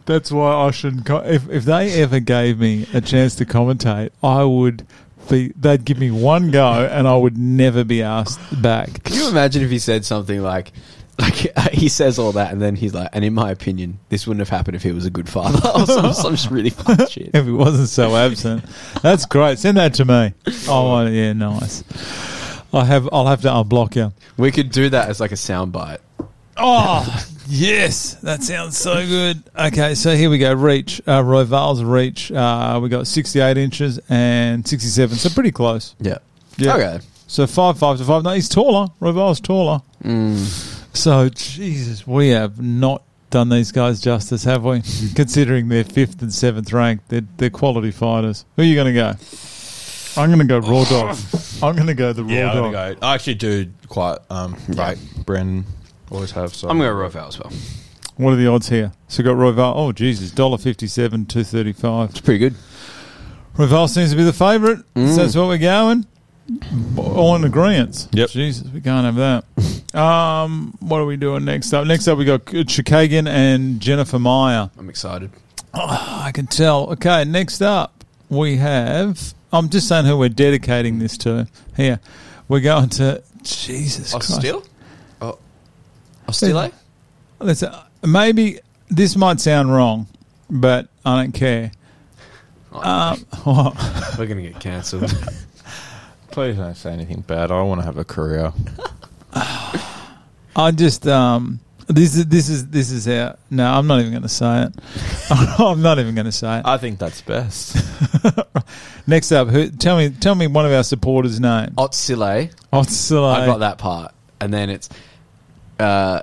That's why I shouldn't. Co- if if they ever gave me a chance to commentate, I would be. They'd give me one go, and I would never be asked back. Can you imagine if he said something like, like he says all that, and then he's like, and in my opinion, this wouldn't have happened if he was a good father or some, some just really fucking shit. If it wasn't so absent, that's great. Send that to me. I want. it. Yeah, nice. I have. I'll have to unblock you. We could do that as like a soundbite. Oh, yes. That sounds so good. Okay, so here we go. Reach. Uh, Roval's reach. Uh, we got 68 inches and 67, so pretty close. Yeah. Yeah. Okay. So five five to five. No, he's taller. Roval's taller. So Jesus, we have not done these guys justice, have we? Considering they're fifth and seventh ranked, they're, they're quality fighters. Who are you going to go? I'm going to go raw dog. I'm going to go the raw Yeah, dog. I'm gonna go. I actually do quite um, right. Brendan always have. So I'm going to Rovell as well. It's What are the odds here? So we got Roval. Oh Jesus, dollar fifty-seven, two thirty-five. pretty good. Mm. Roval seems to be the favourite. So that's what we're going. All in agreement. Yep. Jesus, we can't have that. Um, what are we doing next up? Next up, we got Chikagan and Jennifer Meyer. Ah, I'm excited. I can tell. Okay, next up, we have. I'm just saying who we're dedicating this to. Here, we're going to Jesus Oh, Christ. still? Oh, eh? Ostilo? Let's, uh, maybe this might sound wrong, but I don't care. We're going to get cancelled. Please don't say anything bad. I want to have a career. I just um this is this is this is how no, I'm not even going to say it. I'm not even going to say it. I think that's best. Next up, who, tell me tell me one of our supporters' name. Otsile. Otsile. I Oh, got that part, and then it's uh,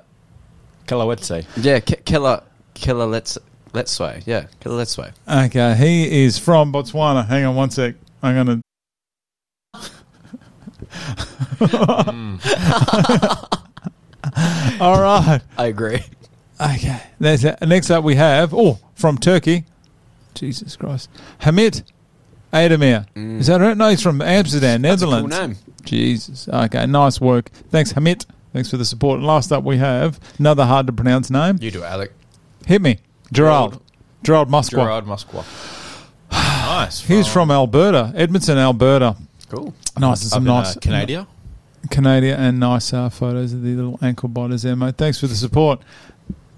Kalawetse. yeah, Ke- Killer Killer Let's Let's Sway. Yeah, Killer Let's Sway. Okay, he is from Botswana. Hang on one sec. I'm gonna. All right. I agree. Okay. There's that. Next up, we have oh from Turkey. Jesus Christ, Hamid Ademir. Is that right? No, he's from Amsterdam, That's a cool Netherlands. name. Jesus. Okay. Nice work. Thanks, Hamid. Thanks for the support. And last up, we have another hard to pronounce name. You do, Alec. Hit me, Gerald. Gerald Musquat. Gerard Musqua. nice. He's from Alberta, Edmonton, Alberta. Cool. Nice, and Up some in, uh, nice Canada. Canada, and nice uh, photos of the little ankle biters there, mate. Thanks for the support.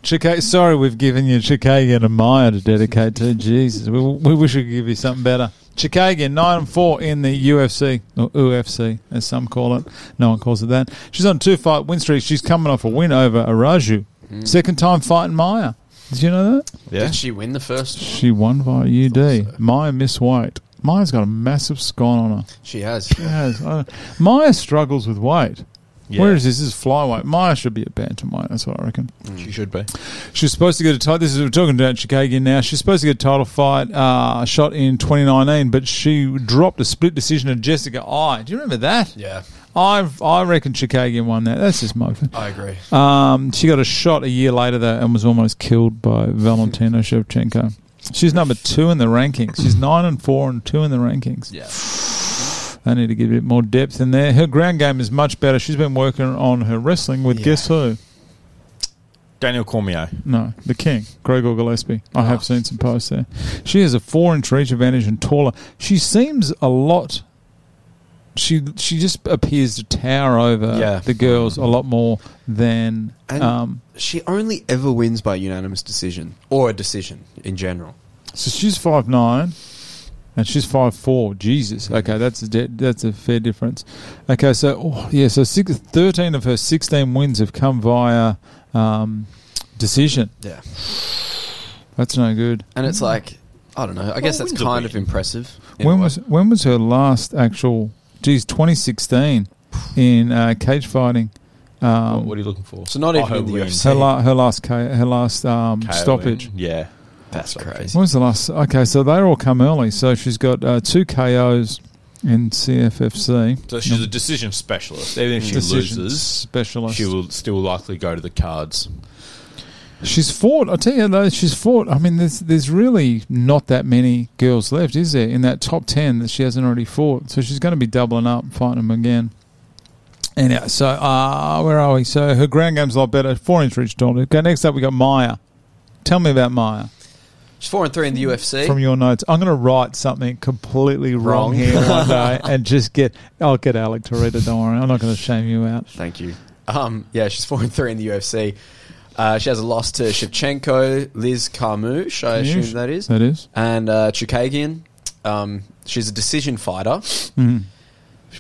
Chica- sorry, we've given you Chikagan and Maya to dedicate to. Jesus, we, we wish we could give you something better. Chikagan, 9 and 4 in the UFC, or UFC, as some call it. No one calls it that. She's on two fight win streak. She's coming off a win over Araju. Second time fighting Maya. Did you know that? Yeah. Did she win the first? She won via UD. Maya miss weight. Maya's got a massive scone on her. She has. Yes, I- Maya struggles with weight. Yeah. Whereas this is flyweight. Maya should be a bantamweight. That's what I reckon. Mm. She should be. She's supposed to get a title. This is we're talking about Chikagian now. She's supposed to get a title fight uh, shot in 2019, but she dropped a split decision of Jessica I. Do you remember that? Yeah, I I reckon Chikagian won that. That's just my. I agree. Um, she got a shot a year later though, and was almost killed by Valentino Shevchenko. She's number two in the rankings. She's nine and four and two in the rankings. Mm. Yeah. They need to get a bit more depth in there. Her ground game is much better. She's been working on her wrestling with Yeah. guess who? Daniel Cormier. No, the King, Gregor Gillespie. I have seen some posts there. She has a four inch reach advantage and taller. She seems a lot. She she just appears to tower over Yeah. the girls a lot more than And um, she only ever wins by unanimous decision or a decision in general. So she's five nine, and she's five four. Jesus. Okay, that's a de- that's a fair difference. Okay, so oh, yeah, so six, thirteen of her sixteen wins have come via um, decision. Yeah, That's no good. and it's like I don't know. I guess that's wins a kind win. of impressive. in a When way. was when was her last actual? Geez, twenty sixteen in uh, cage fighting. Oh, what, what are you looking for? so not Oh, even her in the win. UFC. Her, la- her last ca- her last um, KO stoppage. win. Yeah. That's crazy. When was the last? Okay, so they all come early. So she's got uh, two KOs in CFFC. So she's a decision specialist. Even if she Decision loses, specialist. she will still likely go to the cards. She's fought. I tell you though, she's fought. I mean, there's there's really not that many girls left, is there, in that top ten that she hasn't already fought? So she's going to be doubling up, fighting them again. And uh, so, uh, where are we? So her ground game's a lot better. Four inch reach daughter. Okay, next up we got Maya. Tell me about Maya She's four and three in the UFC. from your notes. I'm going to write something completely wrong, Wrong. here one day and just get. I'll get Alec to read it. Don't worry, I'm not going to shame you out. Thank you. Um, yeah, she's four and three in the UFC. Uh, she has a loss to Shevchenko, Liz Carmouche, I assume that is, That is. and uh, Chukagian. Um, she's a decision fighter.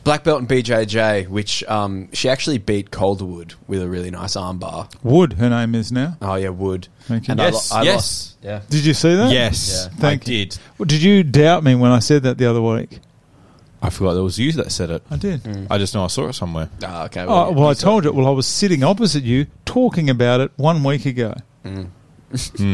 Black belt in BJJ, which um, she actually beat Calderwood with a really nice armbar. Wood. Her name is now. Oh yeah, Wood. Thank you. And Yes, I lo- I yes. lost. Yeah. Did you see that? Yes, Yeah. Thank I you. did. Well, Did you doubt me when I said that the other week? I forgot there was you that said it. I did. Mm. I just know I saw it somewhere. Ah, okay. Oh, well, I told you. Well, I was sitting opposite you talking about it one week ago. she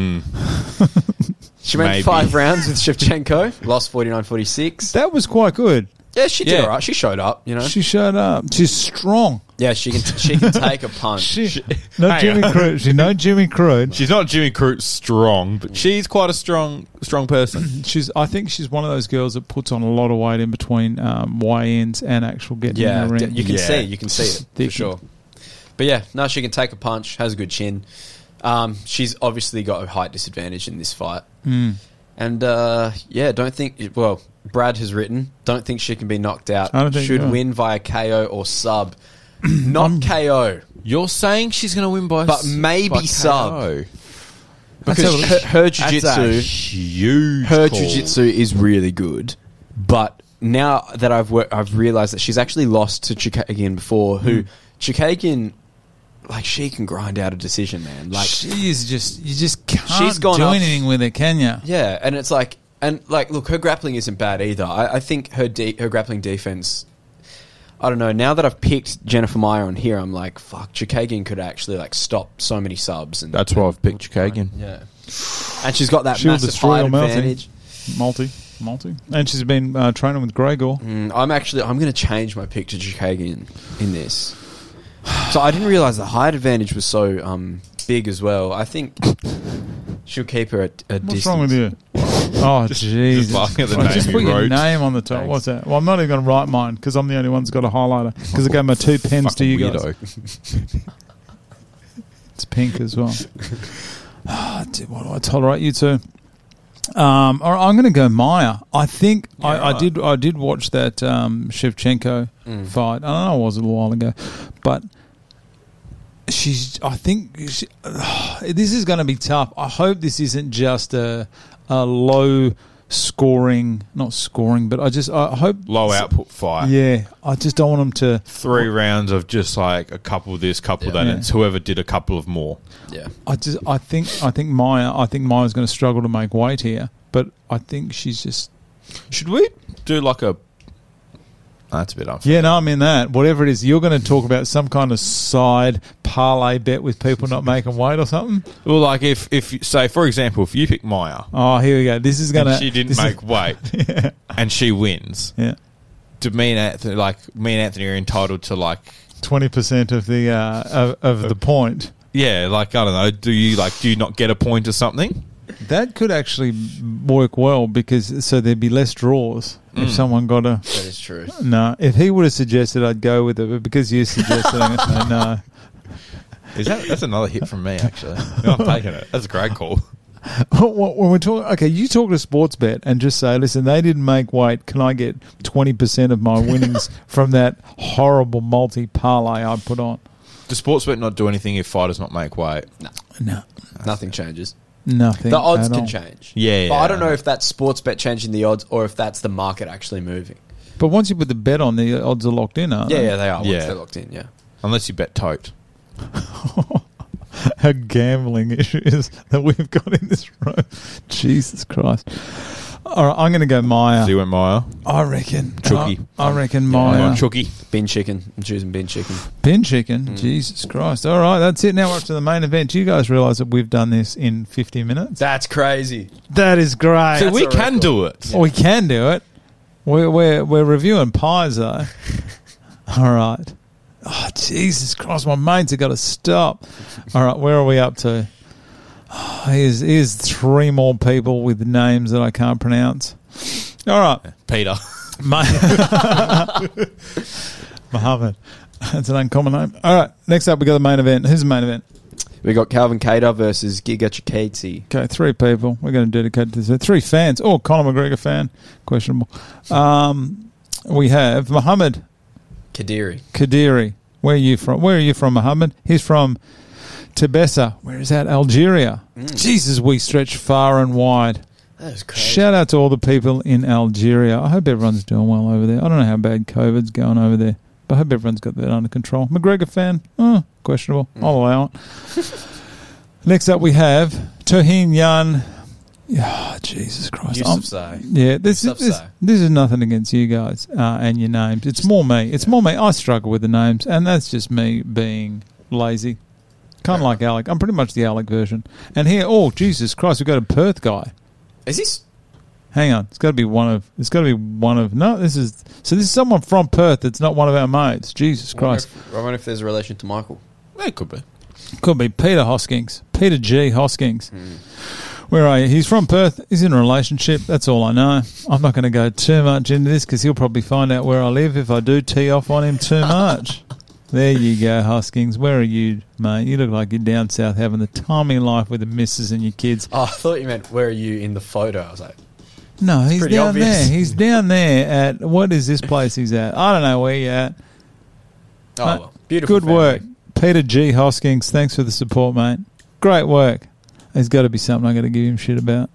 went maybe. five rounds with Shevchenko, lost 49-46. That was quite good. Yeah, she did Yeah. all right. She showed up, you know. She showed up. She's strong. yeah, she can she can take a punch. She, no Hang Jimmy on. Crude. She no Jimmy Crude. She's not Jimmy Crute strong, but she's quite a strong, strong person. She's. I think she's one of those girls that puts on a lot of weight in between um, weigh-ins and actual getting Yeah, in the ring. d- you can Yeah. see, you can see it Thick. for sure. But yeah, no, she can take a punch. Has a good chin. Um, she's obviously got a height disadvantage in this fight, Hmm. and uh, yeah, don't think. Well, Brad has written. Don't think she can be knocked out. I don't think- Should yeah. win via KO or sub. Not KO You're saying she's going to win by, But maybe by sub. KO. because her, her That's a jiu-jitsu, huge. her call. jiu-jitsu is really good. But now that Hmm. I've worked, I've realized that she's actually lost to Chikagian before. Who Chikagian like she can grind out a decision, man. Like she's just you just can't She's gone do up- anything with it, can you? Yeah, and it's like, and like, look, her grappling isn't bad either. I, I think her de- her grappling defense. I don't know. Now that I've picked Jennifer Meyer on here, I'm like, fuck, Chikagian could actually like stop so many subs, and That's why I've picked Kagan. yeah, and she's got that She'll massive destroy height your mouth, eh? advantage. Multi, multi, and she's been uh, training with Gregor. Mm, I'm actually I'm going to change my pick to Chikagian in this. So I didn't realize the height advantage was so um, big as well. I think she'll keep her at a What's distance. wrong with you? Oh, Jesus. just laughing at the Oh, name just you put your wrote. name on the top. What's that? Well, I'm not even going to write mine because I'm the only one that's got a highlighter because I gave my two pens to you guys. It's pink as well. Ah, dude, what do I tolerate you two? Um, all right, I'm going to go Maya. I think I, I did. I did watch that um, Shevchenko fight. I don't know. It was a little while ago, but she's. I think she, this is going to be tough. I hope this isn't just a a low scoring, not scoring, but I just I hope Low output fight. Yeah, I just don't want them to. Three rounds of just like a couple of this, couple of that, Yeah. and it's whoever did a couple of more. Yeah. I just I think I think Maya I think Maya's going to struggle to make weight here, but I think she's just Should we do like a? That's a bit unfair. yeah. No, I mean that whatever it is, you're going to talk about some kind of side parlay bet with people not making weight or something. Well, like if if say for example, if you pick Maya, Oh, here we go. This is going to and she didn't this is- make weight, and she wins. yeah To me and Anthony, like me and Anthony are entitled to like twenty percent of the uh, of, of the point. yeah, like I don't know. Do you like do you not get a point or something? That could actually work well because so there'd be less draws Mm. if someone got a That is true. no. If he would have suggested, I'd go with it, but because you suggested, I'm going to say no. Is that that's another hit from me actually? No, I'm taking it. That's a great call. What- what- when we're talking, okay, you talk to sports bet and just say, listen, they didn't make weight. Can I get twenty percent of my winnings from that horrible multi parlay I put on? Does Sportsbet not do anything if fighters not make weight? No, Nothing changes. nothing. The odds at can all. change. Yeah, But yeah, I don't I know. know if that's sports bet changing the odds or if that's the market actually moving. But once you put the bet on, the odds are locked in, aren't Yeah, they? yeah, they are once Yeah. they're locked in, yeah. Unless you bet tote. How gambling issues that we've got in this room. Jesus Christ. All right, I'm going to go Maya. So you went Maya. I reckon. uh, Chucky. I, I reckon I'm Maya. on Chucky. Bin chicken. I'm choosing bin chicken. Pin chicken. Mm. Jesus Christ. All right, that's it. Now we're up to the main event. Do you guys realize that we've done this in 50 minutes? That's crazy. That is great. See, we a can record. do it. we can do it. We're, we're, we're reviewing pies, though. All right. Oh, Jesus Christ. My mates have got to stop. All right. Where are we up to? Oh, here's, here's three more people with names that I can't pronounce. All right. Peter. Ma- Muhammad. That's an uncommon name. All right. Next up, we got the main event. Who's the main event? We got Calvin Cater versus Giga Chikadze. Okay, three people. We're going to dedicate this. Three fans. Oh, Conor McGregor fan. Questionable. Um, we have Muhammad Kadiri. Kadiri. Where are you from? Where are you from, Muhammad? He's from Tebessa. Where is that? Algeria. Jesus, we stretch far and wide. That is crazy. Shout out to all the people in Algeria. I hope everyone's doing well over there. I don't know how bad COVID's going over there, but I hope everyone's got that under control. McGregor fan, oh, questionable. Mm. I'll allow it. Next up, we have Toheen Yan. Yeah, Jesus Christ. Yusuf I'm- Say. yeah, this is Yusuf this, Say. this is nothing against you guys uh, and your names. It's more me. It's more me. I struggle with the names, and that's just me being lazy. Kind of like Alec. I'm pretty much the Alec version. And here, oh Jesus Christ, we've got a Perth guy. Is this Hang on, it's got to be one of. It's got to be one of. No, this is. So this is someone from Perth that's not one of our mates. Jesus I wonder, Christ, if, I wonder if there's a relation to Michael. That could be. could be Peter Hoskins, Peter G Hoskins. Where are you? He's from Perth. He's in a relationship. That's all I know. I'm not going to go too much into this because he'll probably find out where I live if I do tee off on him too much. there you go, Hoskins. Where are you, mate? You look like you're down south having the time of your life with the missus and your kids. Oh, I thought you meant where are you in the photo? I was like, No, he's pretty down obvious. there. He's down there at what is this place he's at? I don't know where you're at. oh, Mate, well, beautiful. Good family. work. Peter G. Hoskins, thanks for the support, mate. Great work. There's got to be something I'm going to give him shit about.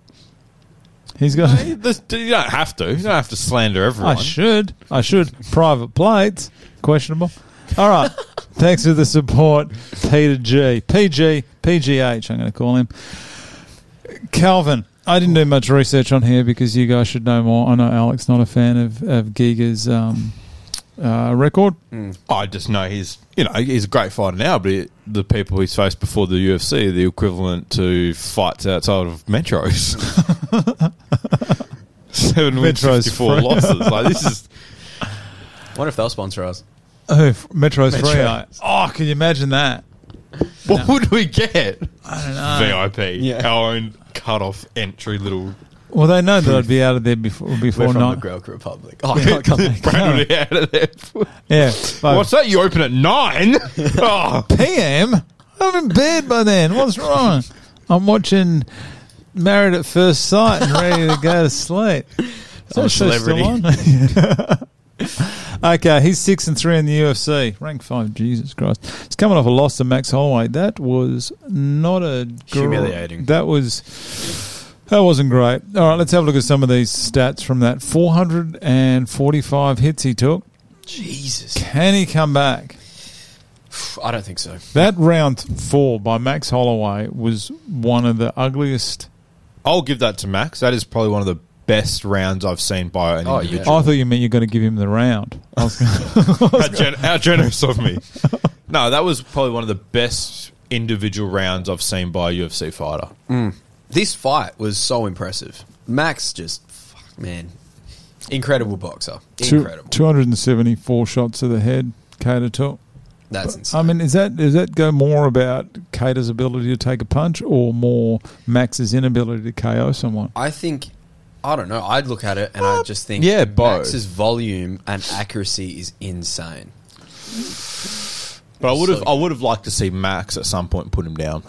He's got. Hey, this- you don't have to. You don't have to slander everyone. I should. I should. Private plates. Questionable. All right. Thanks for the support, Peter G. PG, PGH, I'm going to call him. Calvin, I didn't do much research on here because you guys should know more. I know Alex not a fan of, of Giga's um, uh, record. Mm. I just know he's you know he's a great fighter now, but it, the people he's faced before the UFC are the equivalent to fights outside of metros. Seven wins, Metro's fifty-four free. losses. Like this is wonder if they'll sponsor us. Oh, f- Metro's Metro. free. I- Oh, can you imagine that? what would we get? Uh, I don't know. VIP, Yeah. our own cut-off entry little. Well, they know that I'd be out of there before We're before from night. the Grok Republic. Oh, I can't come back. Brad would be out of there. Yeah. Like, What's that? You open at nine? oh, PM? I'm in bed by then. What's wrong? I'm watching Married at First Sight and ready to go to sleep. Is that show still celebrity. on? okay, he's six and three in the UFC, rank five. Jesus Christ, he's coming off a loss to Max Holloway. That was not a gr- Humiliating. That was that wasn't great. All right, let's have a look at some of these stats from that. Four hundred and forty-five hits he took. Jesus. Can he come back? I don't think so. That round four by Max Holloway was one of the ugliest. I'll give that to Max. That is probably one of the best rounds I've seen by an Oh, yeah. individual. I thought you meant you're going to give him the round. I was gonna- how, gen- how generous of me. No, that was probably one of the best individual rounds I've seen by a UFC fighter. This fight was so impressive. Max just, fuck, man, incredible boxer. Two, Incredible. 274 shots to the head, Cater took. That's I insane. mean, is that does that go more about Cater's ability to take a punch or more Max's inability to KO someone? I think, I don't know. I'd look at it and Uh, I just think, yeah, both. Max's volume and accuracy is insane. But I would have, So- I would have liked to see Max at some point put him down.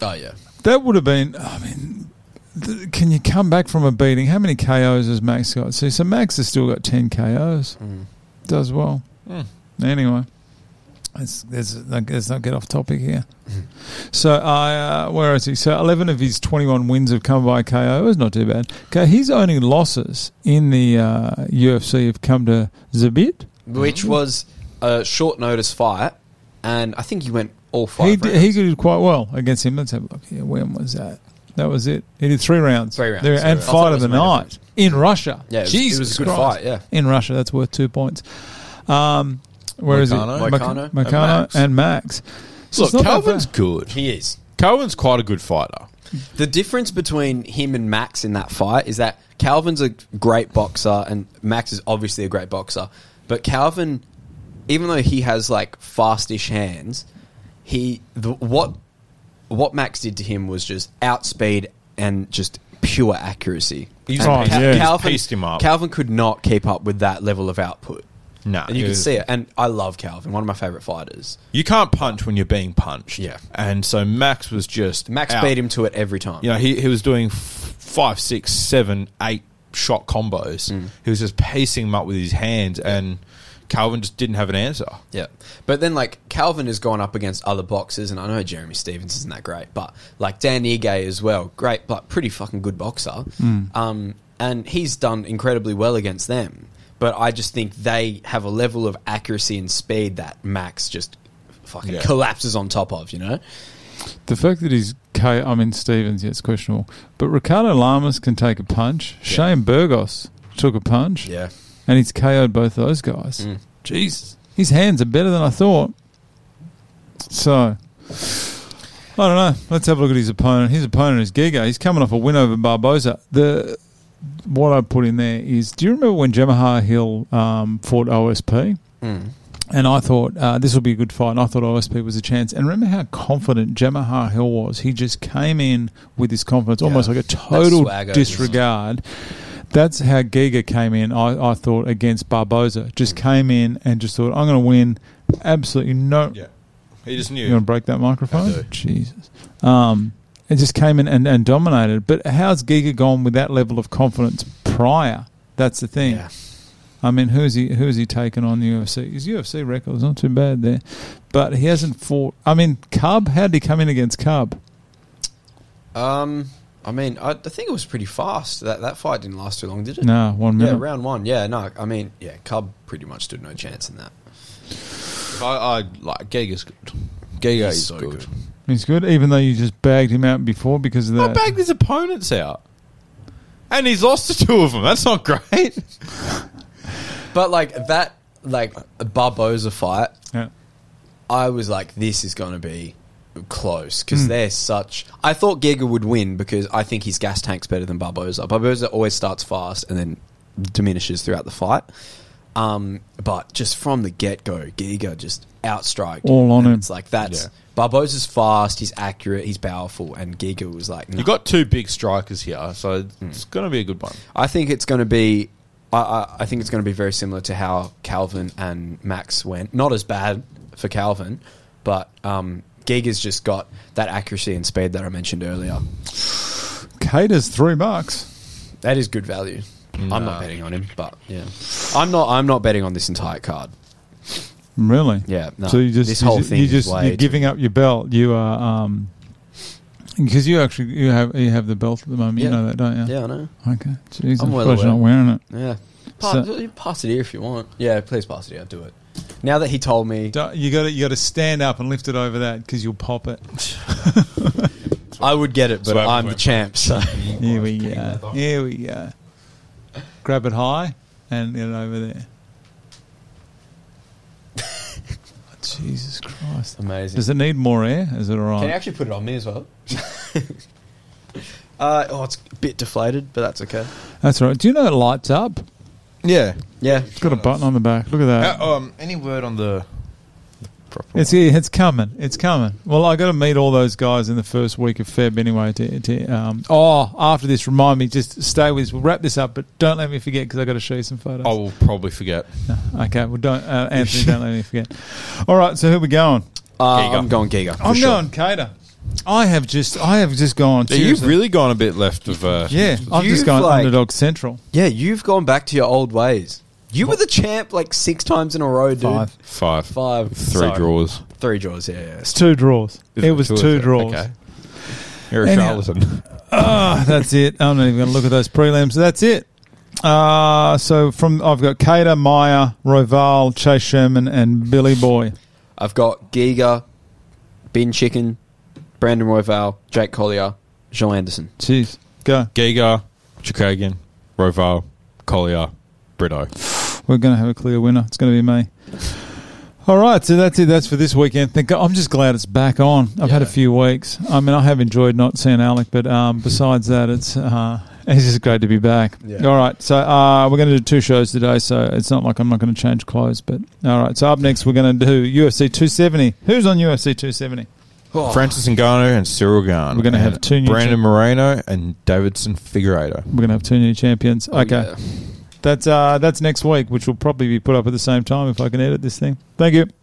Oh yeah, That would have been. I mean, th- can you come back from a beating? How many KOs has Max got? See, so Max has still got ten KOs. Does well. Anyway, let's, let's, not- let's not get off topic here. so I, uh, where is he? So eleven of his twenty-one wins have come by KO. It's not too bad. Okay, his only losses in the uh, UFC have come to Zabit. Mm. which was a short notice fight, and I think he went all five. He rounds. did, he did quite well against him. Let's have a look here. When was that? That was it. He did three rounds. Three rounds, There- three and rounds. I thought fight it of the was a main night in Russia. Yeah, it was- it Jesus was a good Christ. fight, yeah. in Russia, that's worth two points. Um, where is Moicano. it? Mac- Moicano and Moicano Max. and Max. So it's Look, not that Calvin's bad. good. he is. Calvin's quite a good fighter. The difference between him and Max in that fight is that Calvin's a great boxer and Max is obviously a great boxer. But Calvin, even though he has like fastish hands, he the, what what Max did to him was just outspeed and just pure accuracy. He's And Oh, yeah. Calvin, He's pieced him up. Calvin could not keep up with that level of output. Nah. and you can He- see it. And I love Calvin, one of my favorite fighters. You can't punch when you're being punched. Yeah. and so Max was just Max out. beat him to it every time. You know, he he was doing f- five, six, seven, eight shot combos. He was just pacing him up with his hands, and Calvin just didn't have an answer. Yeah. But then, like, Calvin has gone up against other boxers, and I know Jeremy Stevens isn't that great, but, like, Dan Ige as well, great, but pretty fucking good boxer. Hmm. Um, and he's done incredibly well against them. But I just think they have a level of accuracy and speed that Max just fucking Yeah. collapses on top of, you know? The fact that he's K. I mean Stevens, yeah, it's questionable. But Ricardo Lamas can take a punch. Shane Burgos took a punch. Yeah. and he's KO'd both those guys. Jesus, his hands are better than I thought. So I don't know. Let's have a look at his opponent. His opponent is Giga. He's coming off a win over Barboza. The what I put in there is: Do you remember when Jamahar Hill um, fought OSP? And I thought uh, this will be a good fight. And I thought OSP was a chance. And remember how confident Jamahar Hill was? He just came in with this confidence, almost like a total swagger. disregard. That's how Giga came in, I, I thought, against Barboza. Mm. Just came in and just thought, I'm going to win. Absolutely no. he just You want knew. to break that microphone? I do. Jesus. Um, it just came in and, and dominated. But how's Giga gone with that level of confidence prior? That's the thing. Yeah. I mean, who's he? Who's he taken on the UFC? His UFC record's not too bad there, but he hasn't fought. I mean, Cub. How would he come in against Cub? Um, I mean, I, I think it was pretty fast. That, that fight didn't last too long, did it? No, one Yeah, minute. round one. Yeah, no. I mean, yeah, Cub pretty much stood no chance in that. I, I like Giga's good. Giga He's is so good. good. He's good, even though you just bagged him out before because of I that. bagged his opponents out, and he's lost to two of them. That's not great. But like that, like Barboza fight, Yeah. I was like, this is going to be close Hmm. because they're such. I thought Giga would win because I think his gas tank's better than Barboza. Barboza always starts fast and then diminishes throughout the fight. Um, but just from the get go, Giga just outstrike All on him. It's like that's Yeah. Barboza's fast, he's accurate, he's powerful, and Giga was like, You no. got two big strikers here, so it's going to be a good one. I think it's going to be. I, I, I think it's going to be very similar to how Calvin and Max went. Not as bad for Calvin, but um, Giga's just got that accuracy and speed that I mentioned earlier. Caters three bucks. That is good value. I'm not betting on him, but yeah, I'm not. I'm not betting on this entire card. Really? Yeah, no. so you just This you whole ju- thing you is just way you're too- giving up your belt. You are um because you actually you have you have the belt at the moment. You Yeah. know that, don't you? Yeah, I know. Okay. Jeez, I'm I'm, well surprised you're not aware. wearing it. Yeah, So- pass, you pass it here if you want. Yeah, please pass it here. Do it. Now that he told me, Don't- You got to you got to stand up and lift it over that because you'll pop it. I would get it, but what I'm the happened champ. So Here we go. Here we go. Grab it high and get it over there. Jesus Christ. amazing. Does it need more air? Is it all Can you right? actually put it on me as well? uh, oh, it's a bit deflated, but that's okay. That's all right. Do you know it lights up? Yeah. Yeah. It's got a button on the back. Look at that. um, any word on the? It's here. It's coming. It's coming. Well, I got to meet all those guys in the first week of Feb anyway. To, to um, oh, after this, remind me. Just stay with us. We'll wrap this up, but don't let me forget because I got to show you some photos. I will probably forget. Okay. Well, don't uh, Anthony. don't let me forget. All right. So who we going? Uh, Giga. I'm going Giga. for I'm sure. going Cater. I have just I have just gone. Are you seriously. really gone a bit left of? Uh, Yeah, I've You've just gone like- underdog central. Yeah, you've gone back to your old ways. You were the champ like six times in a row, dude. Five. Five. Five. Three Sorry. draws. Three draws, yeah. yeah. It's two draws. It, was two, or three? draws. Okay. You're a Anyhow. charlatan. Ah, that's it. I'm not even going to look at those prelims. That's it. Uh, so from I've got Cater, Maya, Roval, Chase Sherman, and Billy Boy. I've got Giga, Bin Chicken, Brandon Royval, Jake Collier, Joel Anderson. Jeez, go. Giga, Chukagian, Roval, Collier, Brito. We're going to have a clear winner. It's going to be me. All right, so that's it. That's for this weekend. Thank God. I'm just glad it's back on. I've had a few weeks. I mean, I have enjoyed not seeing Alec, but um, besides that, it's uh, it's just great to be back. Yeah. All right, so uh, we're going to do two shows today, so it's not like I'm not going to change clothes. But all right, so up next we're going to do UFC 270. Who's on UFC 270? Francis Ngannou and Cyril Garn. We're gonna And have two new Brandon champ- Moreno and Davidson Figueredo. We're going to have two new champions. Okay, Oh, Yeah. that's uh, that's next week, which will probably be put up at the same time if I can edit this thing. Thank you.